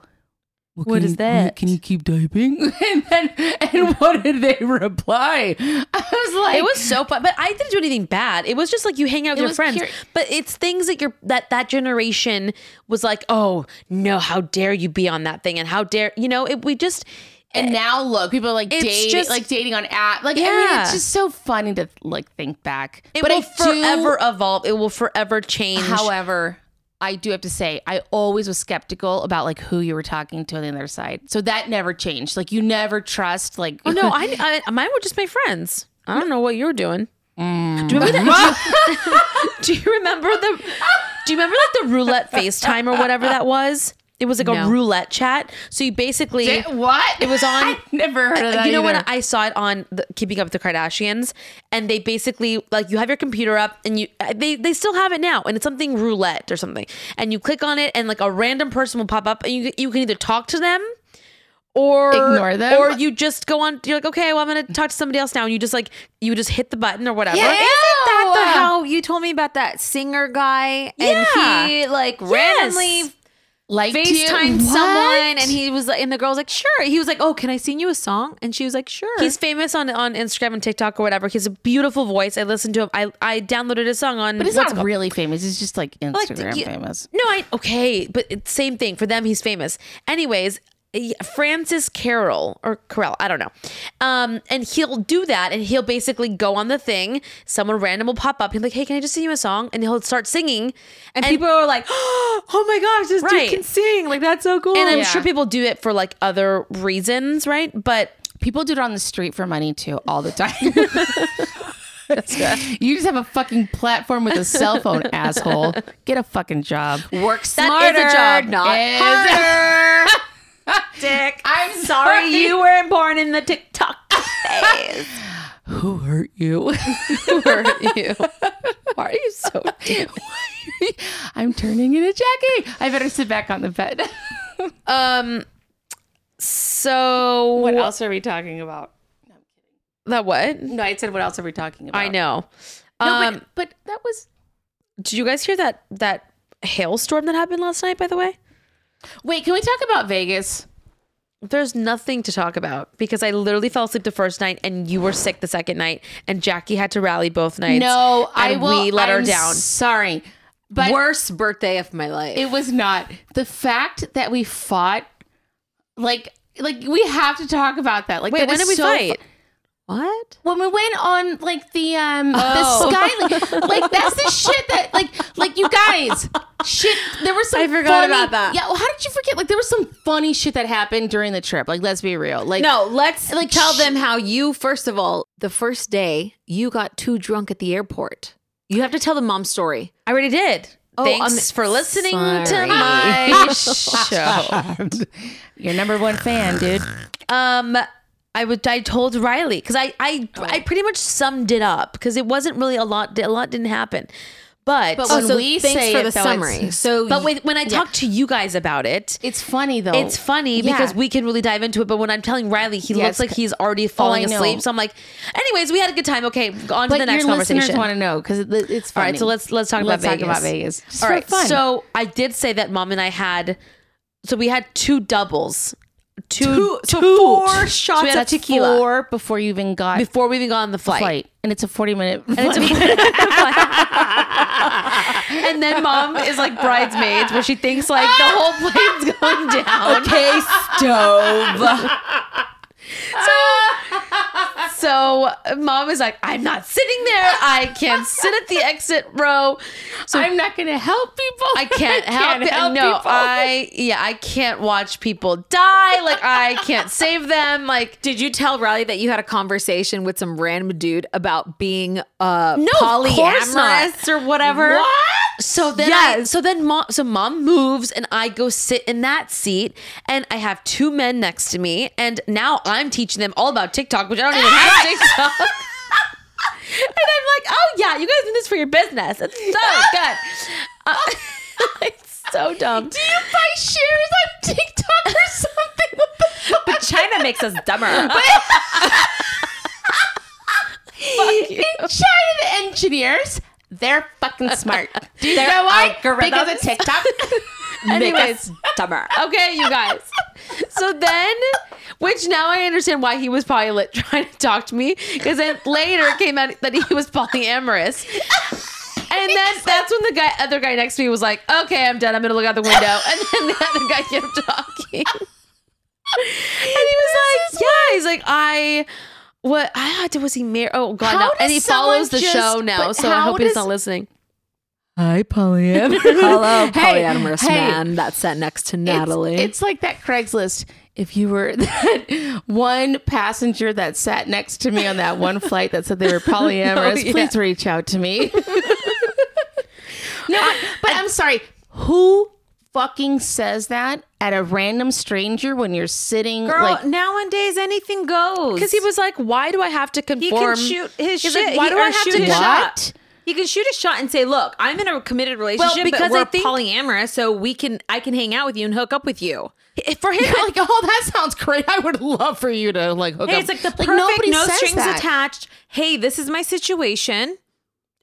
S4: what,
S2: What
S4: can
S2: is
S4: you-
S2: that? Mm.
S4: Can you keep typing?" and then, and what did they reply? I was like,
S2: it was so fun, but I didn't do anything bad. It was just like you hang out with
S4: It
S2: your
S4: was
S2: friends.
S4: curi-
S2: but it's things that your that that generation was like, oh no, how dare you be on that thing, and how dare you know? It, we just
S4: And now look, people are like
S2: It's
S4: dating,
S2: just-
S4: like dating on app. Like, I mean,
S2: Yeah.
S4: it's just so funny to like think back.
S2: it
S4: but
S2: will
S4: I do-
S2: forever evolve. It will forever change.
S4: However, I do have to say, I always was skeptical about like who you were talking to on the other side. So that never changed. Like you never trust. Like
S2: oh no, I, I mine were just my friends. I don't know what you were doing. Do you remember that? Do you, do you remember the? Do you remember like the roulette FaceTime or whatever that was? It was like a roulette chat. So you basically
S4: what?
S2: It was on.
S4: I never heard of that.
S2: you know
S4: either.
S2: what? I saw it on the, Keeping Up with the Kardashians, and they basically like you have your computer up, and you uh, they they still have it now, and it's something roulette or something, and you click on it, and like a random person will pop up, and you you can either talk to them. Or
S4: Ignore them.
S2: or you just go on. You're like, okay, well, I'm gonna talk to somebody else now, and you just like, you just hit the button or whatever.
S6: Isn't that
S4: Ew.
S6: the how you told me about that singer guy?
S2: Yeah.
S6: And he like
S2: Yes.
S6: randomly
S4: like
S6: FaceTimed someone and he was like and the girl's like, sure. He was like, Oh, can I sing you a song? And she was like, Sure.
S2: He's famous on on Instagram and TikTok or whatever. He has a beautiful voice. I listened to him. I I downloaded his song on.
S4: But it's
S2: what's it
S4: not
S2: called?
S4: really famous. It's just like
S2: Like,
S4: Instagram
S2: you-
S4: famous.
S2: No, I okay, but it's same thing for them. He's famous, anyways. eh, Francis Carroll or Carell, I don't know. Um, and he'll do that, and he'll basically go on the thing. Someone random will pop up. He's like, "Hey, can I just sing you a song?" And he'll start singing.
S6: and, people are like, Oh my gosh, this
S2: Right.
S6: dude can sing. Like that's so cool.
S2: and I'm
S4: Yeah.
S2: sure people do it for like other reasons, right? But
S4: People do it on the street for money too, all the time. you just have a fucking platform with a cell phone, asshole. Get a fucking job.
S6: work
S2: smarter,
S6: not
S4: Is-
S6: dick.
S4: I'm
S6: Sorry you weren't born in the TikTok.
S4: Who hurt you?
S2: why are you so?
S4: I'm turning into Jackie. I better sit back on the bed.
S2: Um, so
S4: what else are we talking about?
S2: that what?
S4: No, I said, what else are we talking about?
S2: I know.
S4: No,
S2: Um,
S4: but, but that was
S2: Did you guys hear that that hailstorm that happened last night? By the way,
S4: wait. Can we talk about Vegas?
S2: there's nothing to talk about because I literally fell asleep the first night and you were sick the second night, and Jackie had to rally both nights.
S4: no, I
S2: and
S4: will.
S2: We let her
S4: I'm
S2: down.
S4: Sorry, but
S3: Worst birthday of my life.
S4: it was not the fact that we fought. Like, like we have to talk about that. Like,
S2: Wait,
S4: that
S2: when did
S4: is
S2: we
S4: so fu-
S2: fight? What?
S4: when we went on like the um
S2: Oh.
S4: the sky like, like, that's the shit that like like you guys shit there was some
S2: I forgot
S4: funny-
S2: about that.
S4: yeah well, how did you forget like there was some funny shit that happened during the trip like let's be real like
S3: no, let's
S4: Like,
S3: like tell
S4: sh-
S3: them how you. First of all, the first day you got too drunk at the airport. You have to tell the mom story.
S2: I already did. Oh, Thanks
S3: I'm-
S2: for listening to
S3: Sorry.
S2: my show.
S4: your number one fan dude
S2: Um, I would. I told Riley because I I
S4: Oh.
S2: I pretty much summed it up because it wasn't really a lot. A lot didn't happen, but
S4: But when
S3: so
S4: we
S3: thanks
S4: say
S3: for
S4: it,
S3: the
S4: though,
S3: summary.
S4: it's-
S3: so,
S2: but when, when I talk to you guys about it.
S4: it's funny though
S2: It's funny because
S4: Yeah.
S2: we can really dive into it, but when I'm telling Riley, he
S4: Yes. Oh,
S2: looks like he's already falling
S4: I know.
S2: asleep. So I'm like, anyways, we had a good time. Okay, on
S4: but
S2: to the next
S4: your listeners
S2: conversation.
S4: want to know because it's
S2: All
S4: funny.
S2: right, so let's let's talk
S4: Let's
S2: about
S4: talk
S2: Vegas.
S4: about Vegas. Just
S2: All
S4: for
S2: right,
S4: fun.
S2: so I did say that mom and I had, so we had two doubles, two
S3: so
S2: two-
S3: four shots
S2: we had
S3: of tequila.
S4: four before you even got
S2: before we even got on the flight.
S4: flight, and it's a forty-minute.
S2: And, it's and then mom is like bridesmaids, where she thinks like the whole plane's going down.
S3: okay, stove.
S2: So mom is like, I'm not sitting there. I can't sit at the exit row. So
S4: I'm not going to help people.
S2: I can't help it. no, I yeah, I can't watch people die. Like I can't save them. Like
S3: Did you tell Riley that you had a conversation with some random dude about being uh
S2: no, of course not.
S3: polyamorous or whatever?
S2: So then, I,
S3: Yes.
S2: so then, mom, so mom moves, and I go sit in that seat, and I have two men next to me, and now I'm teaching them all about TikTok, which I don't even have TikTok. and I'm like, oh yeah, you guys do this for your business. It's so good. Uh, it's so dumb. Do you buy shares on TikTok or something? but China makes us dumber.
S4: China engineers, they're fucking smart. Do you know why? Because of TikTok.
S2: Anyways,
S3: Dumber.
S2: okay, you guys. So then, which now I understand why he was probably li- trying to talk to me because then later it came out that he was polyamorous. And then that's when the guy, other guy next to me was like, okay, I'm done. I'm going to look out the window. And then the other guy kept talking. And he was like, yeah. He's like, I, what, I, was he married? Oh, God,
S4: How
S2: no. And
S4: does
S2: he follows
S4: someone
S2: the
S4: just-
S2: show now.
S4: but
S2: So I
S4: how
S2: hope he's
S4: does-
S2: not listening.
S3: Hello,
S4: Hey,
S3: polyamorous
S4: hey.
S3: man that sat next to Natalie.
S4: It's, it's like that Craigslist. If you were that one passenger that sat next to me on that one flight that said they were polyamorous, please reach out to me. no, but, but I'm sorry. Who fucking says that at a random stranger when you're sitting
S6: Girl,
S4: like
S6: nowadays anything goes.
S2: Because he was like, why do I have to conform?
S6: he can shoot his
S2: He's
S6: shit.
S2: like, why
S6: He-
S2: do
S6: or
S2: I have
S6: shoot
S2: to
S6: his
S2: what?
S6: shot? He can shoot a shot and say, "Look, I'm in a committed relationship,
S2: because
S6: but we're
S2: I think-
S6: polyamorous, so we can I can hang out with you and hook up with you."
S2: For him,
S4: You're like, oh, that sounds great. I would love for you to like hook
S6: Hey,
S4: up.
S6: it's like the perfect no
S4: says
S6: strings
S4: that.
S6: attached. Hey, this is my situation.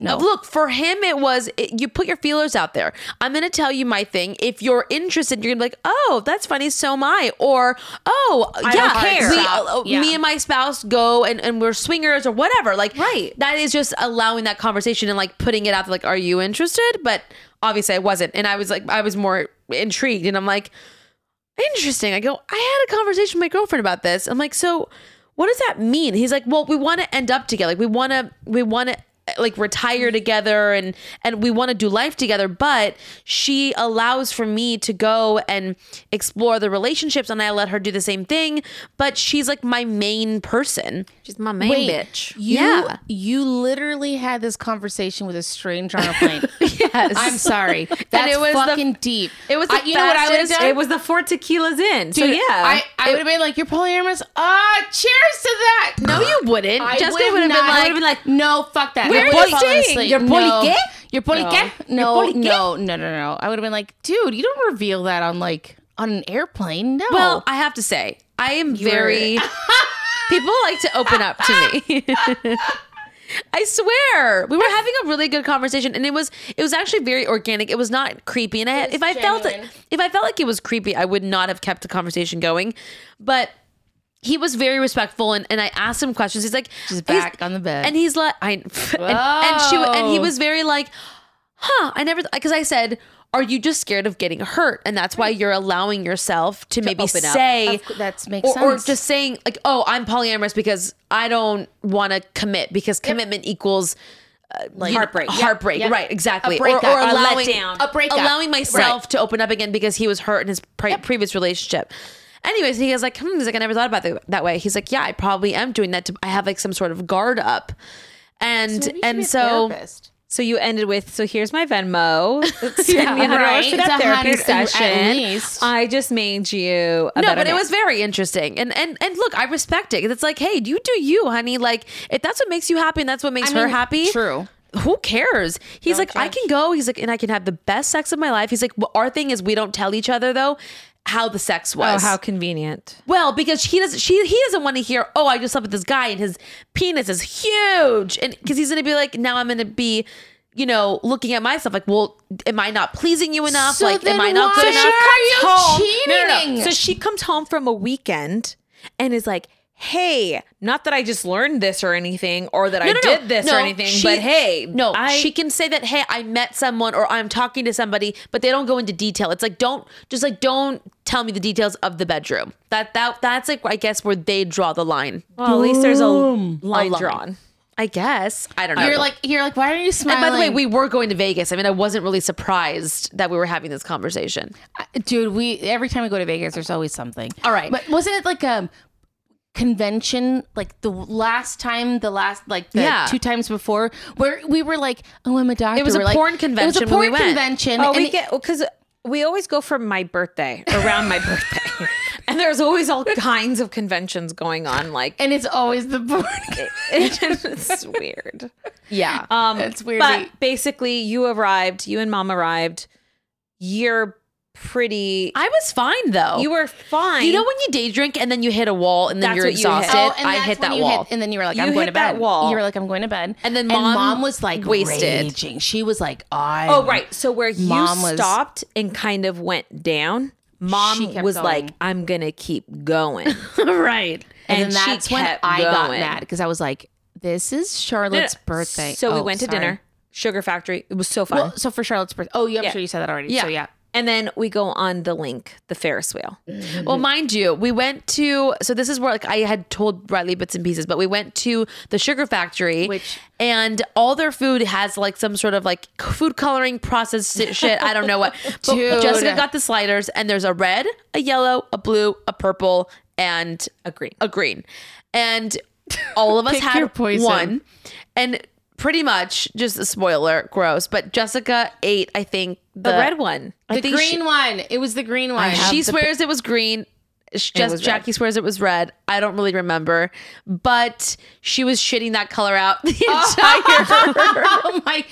S4: No.
S2: Look, for him, it was it, you put your feelers out there. I'm going to tell you my thing. If you're interested, you're going to be like, oh, that's funny. So am I. Or, oh,
S6: I
S2: yeah,
S6: don't care.
S2: we-
S6: Stop.
S2: uh, uh,
S4: Yeah.
S2: me and my spouse go and, and we're swingers or whatever. Like,
S6: Right.
S2: That is just allowing that conversation and like putting it out there, like, are you interested? But obviously, I wasn't. And I was like, I was more intrigued. And I'm like, interesting. I go, I had a conversation with my girlfriend about this. I'm like, so what does that mean? He's like, well, we want to end up together. Like we want to, we want to like retire together and and we want to do life together but she allows for me to go and explore the relationships and I let her do the same thing but she's like my main person
S3: She's my main
S4: Wait,
S3: bitch.
S4: You,
S3: yeah.
S4: you literally had this conversation with a stranger on a plane.
S2: yes
S4: I'm sorry. That's
S2: it was the-
S4: fucking deep.
S2: it was the
S4: I- you know what I would have
S2: fastest-
S4: done?
S6: It was the four tequilas in. so
S4: Dude,
S6: yeah,
S4: I, I would have been like, "You're polyamorous." Ah, cheers to that.
S2: no you wouldn't
S4: I
S2: Jessica
S4: would
S2: been
S4: have not- I
S2: like,
S4: would've been like, "No, fuck that."
S2: Where
S4: I
S2: are you
S4: would've fallen
S2: staying?
S4: asleep.
S2: You're poly
S4: no.
S2: gay?
S4: You're poly
S2: No.
S4: gay? No,
S2: You're poly gay?
S4: no, no, no, no. I would have been like, "Dude, you don't reveal that on like on an airplane." No.
S2: well I have to say I am very people like to open up to me I swear, we were having a really good conversation, and it was it was actually very organic. It was not creepy, and I had, if I felt it, if I felt like it was creepy, I would not have kept the conversation going. But he was very respectful, and, and I asked him questions. He's like,
S4: She's
S2: he's-
S4: back on the bed.
S2: and he's like, I and, and she and he
S4: Whoa.
S2: was very like, huh? I never because I said. Are you just scared of getting hurt, and that's why you're allowing yourself to, maybe
S9: open up.
S2: say
S4: Of cou- that's- makes
S2: or, or
S4: sense.
S2: just saying like, oh, I'm polyamorous because I don't want to commit because commitment equals uh, like
S9: Heartbreak. Yep.
S2: heartbreak,
S4: Yep.
S2: right? Exactly.
S4: A breakup.
S2: or, or
S4: A
S2: allowing
S3: letdown.
S4: A breakup.
S2: allowing myself to open up again because he was hurt in his pre- previous relationship. Anyways, he was like, hmm, he's like, I never thought about it that way. He's like, yeah, I probably am doing that. To, I have like some sort of guard up, and and so
S3: So you ended with, so here's my Venmo. Send me $100
S4: right.
S3: for
S4: It's
S3: that
S4: a
S3: therapy
S4: hundred- at
S3: session.
S4: least.
S3: I just made you a
S2: no,
S3: better
S2: but it
S3: man.
S2: was very interesting. And and and look, I respect it. It's like, hey, you do you, honey. Like if that's what makes you happy and that's what makes her happy.
S4: True.
S2: who cares? He's like, I can go. He's like, and I can have the best sex of my life. He's like, well, our thing is we don't tell each other though how the sex
S3: Oh,
S2: was.
S3: how convenient.
S2: well, because he doesn't, she, he doesn't want to hear. Oh, I just slept with this guy and his penis is huge, and because he's gonna be like, now I'm gonna be, you know, looking at myself like, well, am I not pleasing you enough?
S4: So
S2: like, am
S4: then
S2: I not
S4: why
S2: good enough?
S4: are you
S3: No, no, no.
S4: cheating?
S3: So she comes home from a weekend and is like, hey, not that I just learned this or anything or that I did this or anything,
S2: she-
S3: but hey,
S2: no,
S3: I,
S2: she can say that. Hey, I met someone or I'm talking to somebody, but they don't go into detail. It's like don't just like don't tell me the details of the bedroom. That that that's like I guess where they draw the line.
S3: well, at least there's a line,
S2: line.
S3: drawn.
S2: I guess I don't know.
S4: You're like you're like why are you
S2: and
S4: smiling?
S2: by the way, we were going to Vegas. I mean, I wasn't really surprised that we were having this conversation.
S4: dude, we every time we go to Vegas, there's always something.
S2: All right.
S4: but wasn't it like a convention? Like the last time, the last like the
S2: Yeah.
S4: two times before, where we were like, "Oh, I'm a doctor."
S2: It was a
S4: We're like-
S2: porn
S4: It was
S2: convention
S4: a
S2: when
S4: porn
S2: we went.
S4: convention.
S3: Oh, we
S4: and
S3: get because we always go for my birthday around my birthday, and there's always all kinds of conventions going on. Like
S4: and it's always the porn.
S3: it's weird.
S4: yeah,
S3: Um,
S4: it's weird.
S3: But basically, you arrived. You and mom arrived. You're pretty.
S2: I was fine though.
S3: you were fine.
S2: You know when you day drink and then you hit a wall and then
S3: That's
S2: you're
S3: what you hit.
S2: exhausted.
S3: Oh,
S2: I
S4: that's
S2: hit
S4: when
S2: that
S4: you
S2: wall.
S4: and then you were like,
S3: You
S4: "I'm
S3: hit
S4: going to
S3: that
S4: bed."
S3: wall.
S4: You were like, "I'm going to bed."
S2: And then
S4: mom,
S2: mom
S4: was like
S2: wasted.
S4: raging. She was like, "I."
S3: Oh, right. So where you
S4: Mom was-
S3: stopped and kind of went down.
S4: She
S3: Mom
S4: kept
S3: was
S4: going.
S3: like, "I'm gonna keep going," and,
S2: right.
S4: and, then
S3: she
S4: that's when
S3: kept
S4: I got
S3: going.
S4: mad because I was like, "This is Charlotte's birthday."
S3: So we
S4: Oh,
S3: went to
S4: sorry.
S3: dinner, Sugar Factory. It was so fun.
S4: Well, so for Charlotte's birthday. Oh, yeah, I'm
S3: Yeah.
S4: sure you said that already.
S3: yeah.
S4: So yeah.
S3: And then we go on the link, the Ferris wheel.
S2: Well, mind you, we went to so this is where like I had told Riley bits and pieces, but we went to the sugar factory,
S4: Which-
S2: and all their food has like some sort of like food coloring process si- shit. I don't know what. But
S4: Dude.
S2: Jessica got the sliders, and there's a red, a yellow, a blue, a purple, and
S3: A green.
S2: a green, and all of us
S4: Pick
S2: had
S4: your poison.
S2: one, and pretty much just a spoiler, gross. But Jessica ate, I think
S3: The, red one.
S2: I
S4: the
S2: think
S4: green
S2: she-
S4: one. It was the green one.
S2: she swears it was green. Sh-
S3: was
S2: Just
S3: red.
S2: Jackie swears it was red. I don't really remember, but she was shitting that color out the entire.
S4: oh my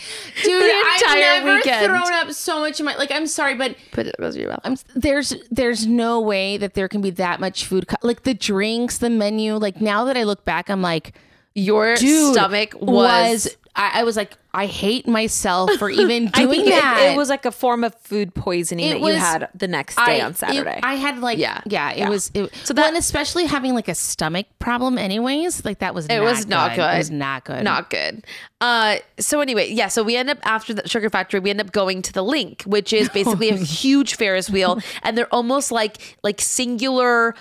S4: dude! I've
S2: entire
S4: never
S2: weekend.
S4: thrown up so much in my like. I'm sorry, but
S2: Put it was your mouth.
S4: I'm there's there's no way that there can be that much food. Co- like the drinks, the menu. Like now that I look back, I'm like,
S2: Your
S4: dude,
S2: stomach was,
S4: I, I was like, I hate myself for even doing
S3: I think it-
S4: that.
S3: It, was like a form of food poisoning
S4: It
S3: that
S4: was-
S3: you had the next day
S4: I-
S3: on Saturday.
S4: it- I had like
S2: Yeah.
S4: yeah, yeah. It
S2: Yeah.
S4: was it,
S2: So
S4: so
S2: that-
S4: that, especially having like a stomach problem, anyways. Like that was
S2: It
S4: not
S2: was not good.
S4: It was not good.
S2: not good. Uh, so anyway, yeah. So we end up after the sugar factory, we end up going to the link, which is basically a huge Ferris wheel, and they're almost like like singular uh,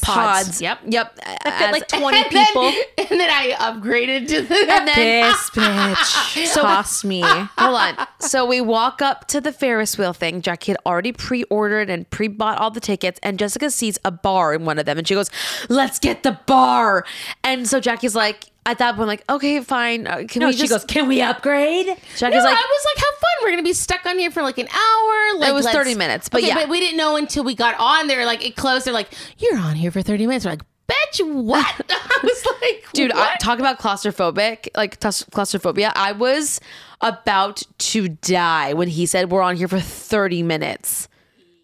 S2: pods.
S4: Pods, yep.
S2: Yep. As-
S3: like 20
S4: And then-
S3: people.
S4: and then I upgraded to the.
S2: and then
S3: this bitch cost me.
S2: Hold on. So we walk up to the Ferris wheel thing. Jackie had already pre ordered and pre bought all the tickets, and Jessica sees a bar in one of them and she goes, Let's get the bar. And so Jackie's like, At that point, like, okay, fine. Uh, can we
S3: she
S2: just,
S3: goes, "Can we upgrade?"
S2: Jackie's
S4: no,
S2: like,
S4: I was like, "Have fun! We're gonna be stuck on here for like an hour." Like
S2: was
S4: let's-
S2: 30 minutes, but
S4: Okay,
S2: yeah.
S4: but we didn't know until we got on there. Like it closed. They're like, "You're on here for thirty minutes." We're like, "Bitch, what?" I was like,
S2: Dude, I,
S4: "What?"
S2: talk about claustrophobic, like claus- claustrophobia. I was about to die when he said, We're on here for 30 minutes.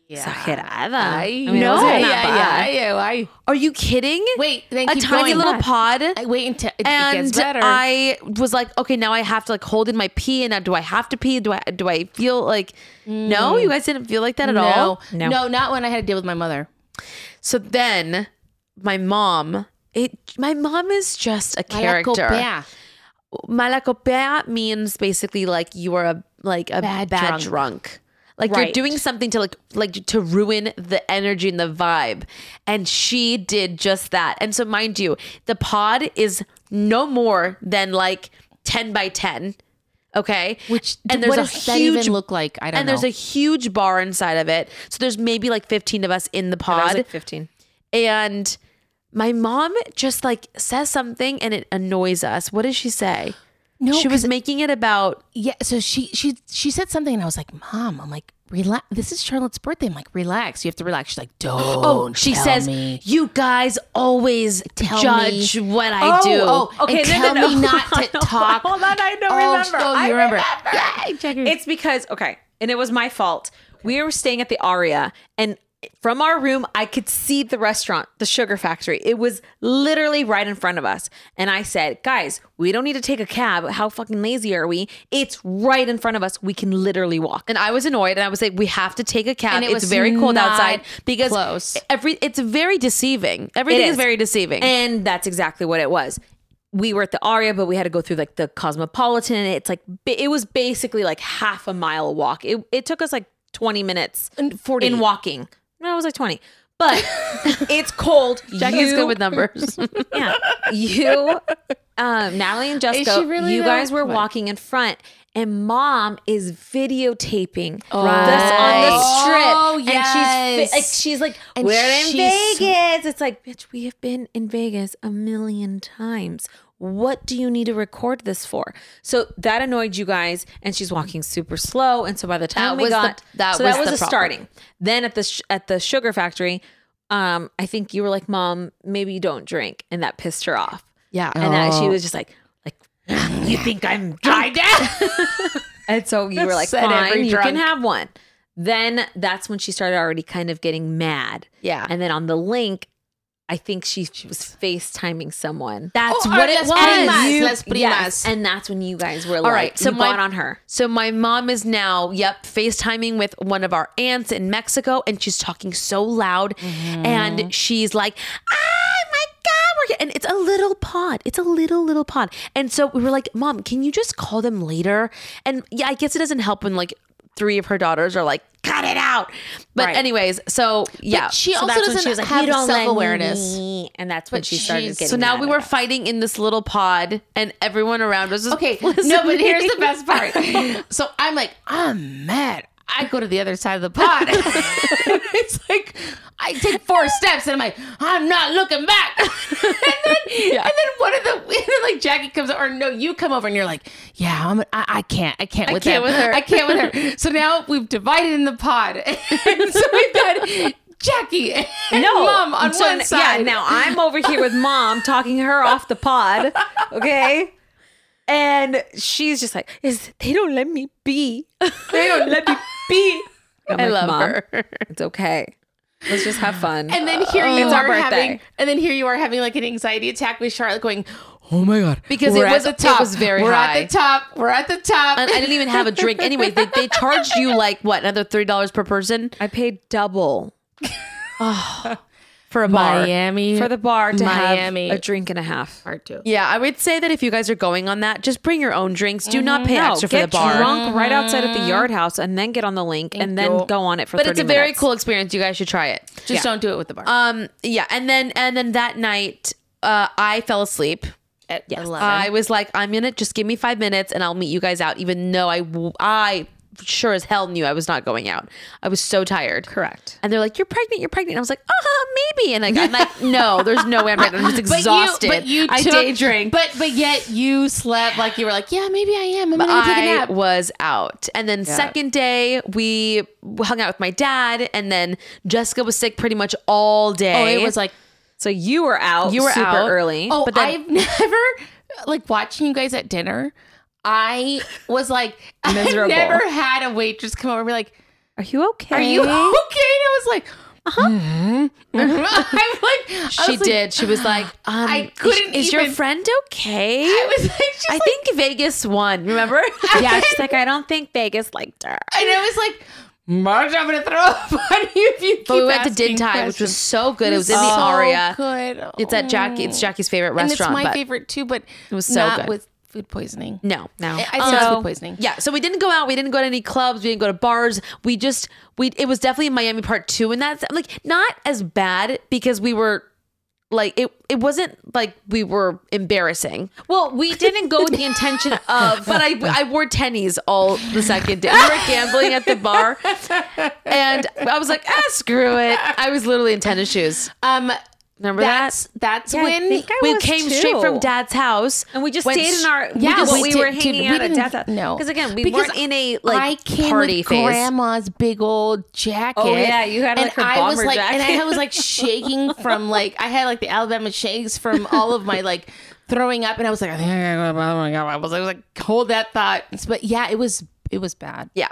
S4: yeah.
S3: Get out of that.
S4: I
S3: it
S4: know.
S3: wasn't
S4: Yeah,
S3: that
S4: yeah,
S3: bad.
S4: yeah, I I
S2: Are you kidding?
S4: wait. Then
S2: a
S4: keep
S2: tiny
S4: going.
S2: little pod.
S4: I wait until it, it
S2: and
S4: gets better.
S2: I was like, okay, now I have to like hold in my pee, and now do I have to pee? Do I do I feel like? No, you guys didn't feel like that at all.
S4: Mm. no, no, not when I had to deal with my mother.
S2: So then, my mom. It. My mom is just a character.
S4: Yeah.
S2: Malacopea means basically like you are a like a bad, drunk. Like you're
S4: Right.
S2: doing something to like like to ruin the energy and the vibe. And she did just that. And so mind you, the pod is no more than like 10 by 10. Okay.
S4: Which and there's what does that even look like? I don't
S2: and
S4: know.
S2: there's a huge bar inside of it. So there's maybe like 15 of us in the pod
S3: Fifteen.
S2: and my mom just like says something and it annoys us. What did she say?
S4: No,
S2: she was
S4: 'cause-
S2: making it about
S4: yeah. So she she she said something, and I was like, "Mom, I'm like, relax. This is Charlotte's birthday. I'm like, relax. You have to relax." She's like, "Don't."
S2: oh, she
S4: tell
S2: says
S4: me.
S2: you guys always judge what I do.
S4: Oh, okay.
S3: no,
S4: tell
S3: no, no.
S4: me not to talk.
S3: Hold on, I don't
S4: Oh,
S3: remember.
S4: oh, you
S3: I
S4: remember.
S3: It's because okay, and it was my fault. We were staying at the Aria, and from our room, I could see the restaurant, the Sugar Factory. It was literally right in front of us, and I said, "Guys, we don't need to take a cab. How fucking lazy are we? It's right in front of us. We can literally walk."
S2: and I was annoyed, and I was like, "We have to take a cab.
S4: And it
S2: it's
S4: was
S2: very cold
S4: not
S2: outside because
S4: close.
S2: every it's very deceiving. Everything is.
S3: is.
S2: very deceiving."
S3: And that's exactly what it was. We were at the Aria, but we had to go through like the Cosmopolitan. It's like ba- it was basically like half a mile walk. It it took us like twenty minutes
S4: And 40.
S3: in walking. No, it was like twenty. But it's cold.
S2: Jackie's
S3: You-
S2: good with numbers.
S3: yeah. You, um, Natalie and Jessica,
S4: she really
S3: you
S4: though?
S3: guys were
S4: Come on.
S3: walking in front, and mom is videotaping this
S4: Oh,
S3: on
S4: Right.
S3: the strip.
S4: Oh,
S3: And she's,
S4: yes.
S3: fi- like, she's like,
S4: And
S3: we're in
S4: she's-
S3: Vegas. It's like, bitch, we have been in Vegas a million times. What do you need to record this for? So that annoyed you guys, and she's walking super slow. And so by the
S2: That
S3: time we
S2: was the-
S3: got
S2: that
S3: so
S2: was
S3: that was
S2: the
S3: a
S2: problem.
S3: starting thing. Then at the sh- at the sugar factory, um, I think you were like, "Mom, maybe you don't drink," and that pissed her off.
S2: Yeah.
S3: and that
S4: Oh.
S3: she was just like, "Like, you think I'm drunk?" and so you were like,
S4: said every
S3: "Fine, you can
S4: drunk.
S3: have one." Then that's when she started already kind of getting mad.
S2: Yeah.
S3: and then on the link, I think she was FaceTiming someone.
S2: That's
S4: Oh,
S2: what it
S4: las
S2: was.
S4: primas, las primas.
S3: Yes, and that's when you guys were like,
S2: right, so
S3: "You
S2: my-
S3: got on her."
S2: So my mom is now, yep, FaceTiming with one of our aunts in Mexico, and she's talking so loud, and she's like, "Ah, my God!" We're here. and it's a little pod. It's a little little pod, and so we were like, "Mom, can you just call them later?" And yeah, I guess it doesn't help when like three of her daughters are like, "Cut it out!" But
S3: Right.
S2: anyways, so yeah,
S4: she
S2: so
S4: also
S2: that's when
S4: doesn't
S2: she was like,
S4: have
S2: "You don't let
S4: self awareness.
S3: Me. And that's when
S4: But
S3: she started
S4: she's-
S3: getting.
S2: so now
S3: mad
S2: we
S3: at
S2: were
S3: us.
S2: fighting in this little pod, and everyone around us. Was
S4: Okay, no,
S2: listening.
S4: but here's the best part. So I'm like, I'm mad. I go to the other side of the pot. it's like I take four steps and I'm like, I'm not looking back. and, then, and then one of the and then like Jackie comes or no, you come over and you're like, yeah, I'm I, I can't, I can't with
S2: can't
S4: them.
S2: with her.
S4: I can't with her. So now we've divided in the pod. and so we've got Jackie and mom on
S3: Oh, so
S4: one
S3: n-
S4: side.
S3: Yeah, now I'm over here with mom talking her off the pod. Okay. And she's just like, is they don't let me be. They
S2: oh,
S3: don't let me be. I'm
S2: I
S3: like,
S2: love
S3: "Mom,
S2: her.
S3: It's okay. Let's just have fun.
S4: And then here you
S3: Uh, It's our
S4: are
S3: birthday.
S4: having, and then here you are having like an anxiety attack with Charlotte, going, "Oh my god!"
S2: Because
S4: we're
S2: it
S4: at
S2: was-
S4: the
S2: it
S4: top.
S2: was very
S4: We're
S2: high."
S4: at the top. We're at the top.
S2: and I didn't even have a drink. Anyway, they, they charged you like what another three dollars per person
S3: I paid double
S2: for a bar.
S4: Miami
S3: for the bar to
S4: Miami.
S3: have a drink and a half.
S4: part two.
S2: Yeah, I would say that if you guys are going on that, just bring your own drinks. Do not pay
S3: No,
S2: extra for the
S3: get
S2: bar.
S3: drunk right outside of the yard house and then get on the link and then
S4: you.
S3: go on it for
S2: But it's
S3: 30
S2: a very
S3: minutes.
S2: cool experience. You guys should try it.
S4: Just don't do it with the bar.
S2: Um, yeah, and then and then that night, uh, I fell asleep.
S4: at eleven.
S2: I was like, I'm gonna just give me five minutes and I'll meet you guys out. Even though I w- I sure as hell knew I was not going out. I was so tired.
S3: Correct.
S2: And they're like, "You're pregnant. You're pregnant." And I was like, "Uh, maybe." And like, I'm like, "No, there's no way I'm pregnant. I'm just exhausted.
S4: But you,
S2: I
S4: took-
S2: day drink."
S4: But but yet you slept like you were like, yeah, maybe I am. I'm gonna go take a
S2: I
S4: nap.
S2: was out. And then second day, we hung out with my dad, and then Jessica was sick pretty much all
S4: Oh,
S2: day.
S4: it was like,
S3: So you were out
S2: You were
S3: super
S2: out.
S3: early.
S4: oh,
S2: But then-
S4: I've never like watching you guys at dinner. I was like,
S3: Miserable.
S4: I never had a waitress come over and be like.
S3: Are you okay?
S4: Are you okay? And I was like, uh-huh. hmm Mm-hmm. I'm
S2: Mm-hmm.
S4: like,
S2: She did. She was like, um,
S4: I couldn't
S2: Is, is your
S4: even-
S2: friend okay?
S4: I was like, she's
S2: I
S4: like,
S2: think Vegas won. Remember?
S3: Yeah, she's like, I don't think Vegas liked her.
S4: and I was like, Marge, I'm gonna throw up on you if you keep
S2: but we went to
S4: asking
S2: Din Tai, which
S4: questions.
S2: was so good. It was in
S4: so
S2: the Aria.
S4: Good. Oh.
S2: It's at Jackie. It's Jackie's favorite
S4: and it's
S2: restaurant.
S4: my
S2: but
S4: favorite too, but it
S2: was so
S4: not
S2: good.
S4: with food poisoning.
S2: No, no.
S4: I think it's food poisoning.
S2: Yeah, so we didn't go out. We didn't go to any clubs. We didn't go to bars. We just we it was definitely Miami part two, and that's like not as bad because we were like it. It wasn't like we were embarrassing.
S3: Well, we didn't go with the intention of
S2: But I I wore tennies all the second day. We were gambling at the bar, and I was like, ah, screw it. I was literally in tennis shoes.
S4: Um,
S2: Remember that?
S4: that's that's
S3: I
S4: when
S3: think I
S2: We
S3: was
S2: came
S3: too.
S2: straight from dad's house,
S3: and we just
S2: went
S3: stayed in our yeah.
S4: Yeah,
S3: We, just,
S4: we
S3: we, were
S4: did- dude,
S3: hanging
S4: we
S3: out at
S4: didn't-
S3: dad's
S4: no.
S3: because again, we
S4: Because
S3: weren't in a like
S4: I came
S2: party
S4: with
S2: phase.
S4: grandma's big old jacket.
S3: Oh, yeah, you had,
S4: and
S3: like, her
S4: I was
S3: bomber
S4: like,
S3: jacket.
S4: and I was like shaking from like I had like the Alabama shakes from all of my like throwing up, and I was like, I think I gotta go to the bathroom. I was like, I was like, hold that thought. But yeah, it was it was bad.
S2: Yeah.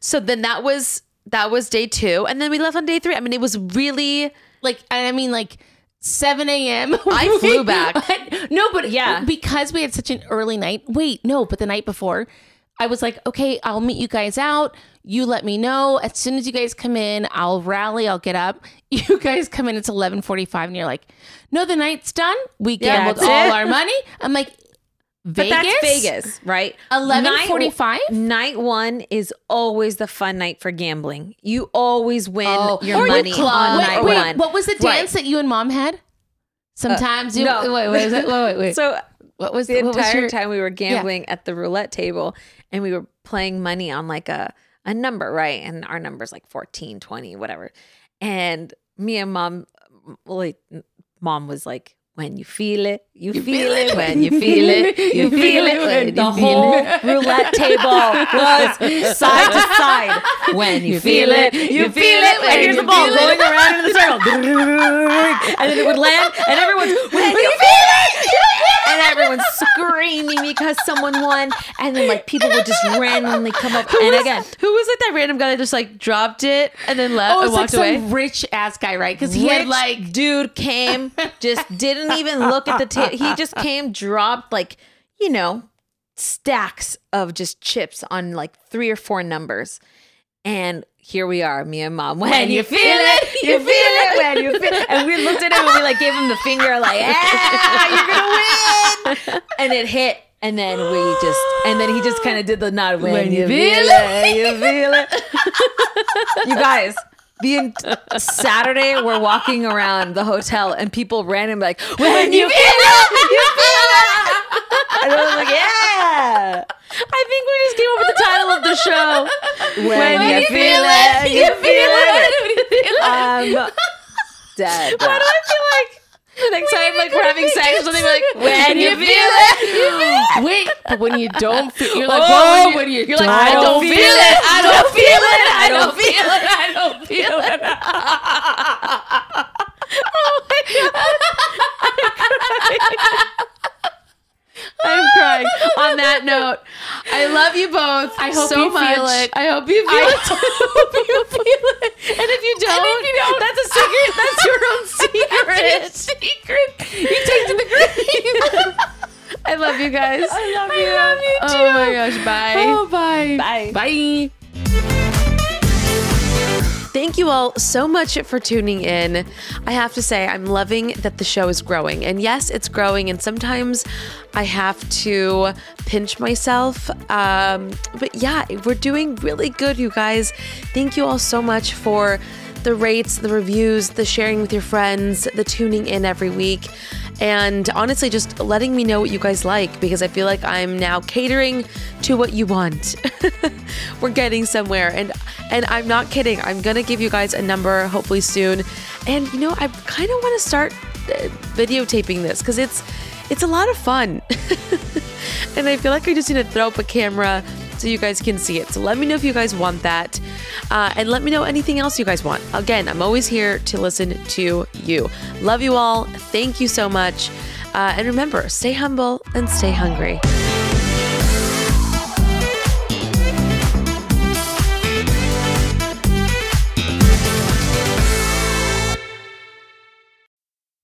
S2: So then that was that was day two, and then we left on day three. I mean, it was really
S4: Like I mean, like. 7 a.m.
S2: I flew back.
S4: no, but
S3: Yeah.
S4: because we had such an early night. Wait, no, but the night before, I was like, okay, I'll meet you guys out. You let me know as soon as you guys come in. I'll rally. I'll get up. You guys come in. It's eleven forty-five, and you're like, no, the night's done. We gambled
S3: that's
S4: all
S3: it.
S4: our money. I'm like,
S3: but
S4: Vegas.
S3: that's Vegas, right?
S4: 11:45?
S3: Night- Night one is always the fun night for gambling. You always win your
S4: Oh, or you
S3: money
S4: Wait,
S3: on night
S4: wait,
S3: one.
S4: what was the dance that you and mom had? Sometimes you.
S3: no.
S4: Wait, wait, wait, wait, wait.
S3: Uh, So
S4: what was
S3: the
S4: what was
S3: entire
S4: your-
S3: time we were gambling at the roulette table and we were playing money on like a a number right and our number's like 14 20 whatever and me and mom well, like mom was like when you feel it you, feel, it, when you feel it you feel it when the whole roulette table was side to side when you feel it you feel it when here's the ball going around in the circle and then it would land and everyone's when you feel it and everyone's screaming because someone won. And then like people would just randomly come up. and again,
S2: who was like that random guy that just like dropped it and then left
S4: Oh, it
S2: and
S4: was like
S2: walked away.
S4: some rich ass guy, right? Because he had
S3: Rich
S4: like
S3: dude came, just didn't even look at the table. He just came, dropped like, you know, stacks of just chips on like three or four numbers. And here we are, me and mom. When you feel it, you feel it. When you feel it, and we looked at him and we like gave him the finger, like, "Ah, you're gonna win!" And it hit, and then we just, and then he just kind of did the nod. When, you feel it, you feel it. you guys, the en- Saturday we're walking around the hotel and people randomly like, "When you feel it, you feel it." And I was like, "Yeah."
S2: I think we just came up with the title of the show.
S3: When, you, feel, it, you feel it. I'm dead. Why do I feel like the next time, like we're having sex or something, like when you feel it,
S4: Wait, but when you don't feel, you're like, oh, when you, you're like,
S3: I don't feel it. I don't feel it. I don't feel it.
S4: I don't feel it.
S2: I'm crying. On that note, I love you both. I
S4: hope
S2: so
S4: you
S2: much.
S4: feel it.
S2: I hope you feel it. hope you feel it. And if you don't, that's a secret. That's your own secret. secret. You take to the grave. I love you guys. I love you. I love you too. Oh my gosh. Bye.
S4: bye.
S3: Bye.
S4: Bye.
S2: Thank you all so much for tuning in. I have to say, I'm loving that the show is growing. And yes, it's growing. And sometimes I have to pinch myself. Um, but yeah, we're doing really good, you guys. Thank you all so much for the rates, the reviews, the sharing with your friends, the tuning in every week, and honestly, just letting me know what you guys like because I feel like I'm now catering to what you want. We're getting somewhere, and and I'm not kidding. I'm gonna give you guys a number hopefully soon, and you know I kind of want to start uh, videotaping this because it's it's a lot of fun. and I feel like I just need to throw up a camera so you guys can see it. So let me know if you guys want that, uh, and let me know anything else you guys want. Again, I'm always here to listen to you. Love you all. Thank you so much, uh, and remember, stay humble and stay hungry.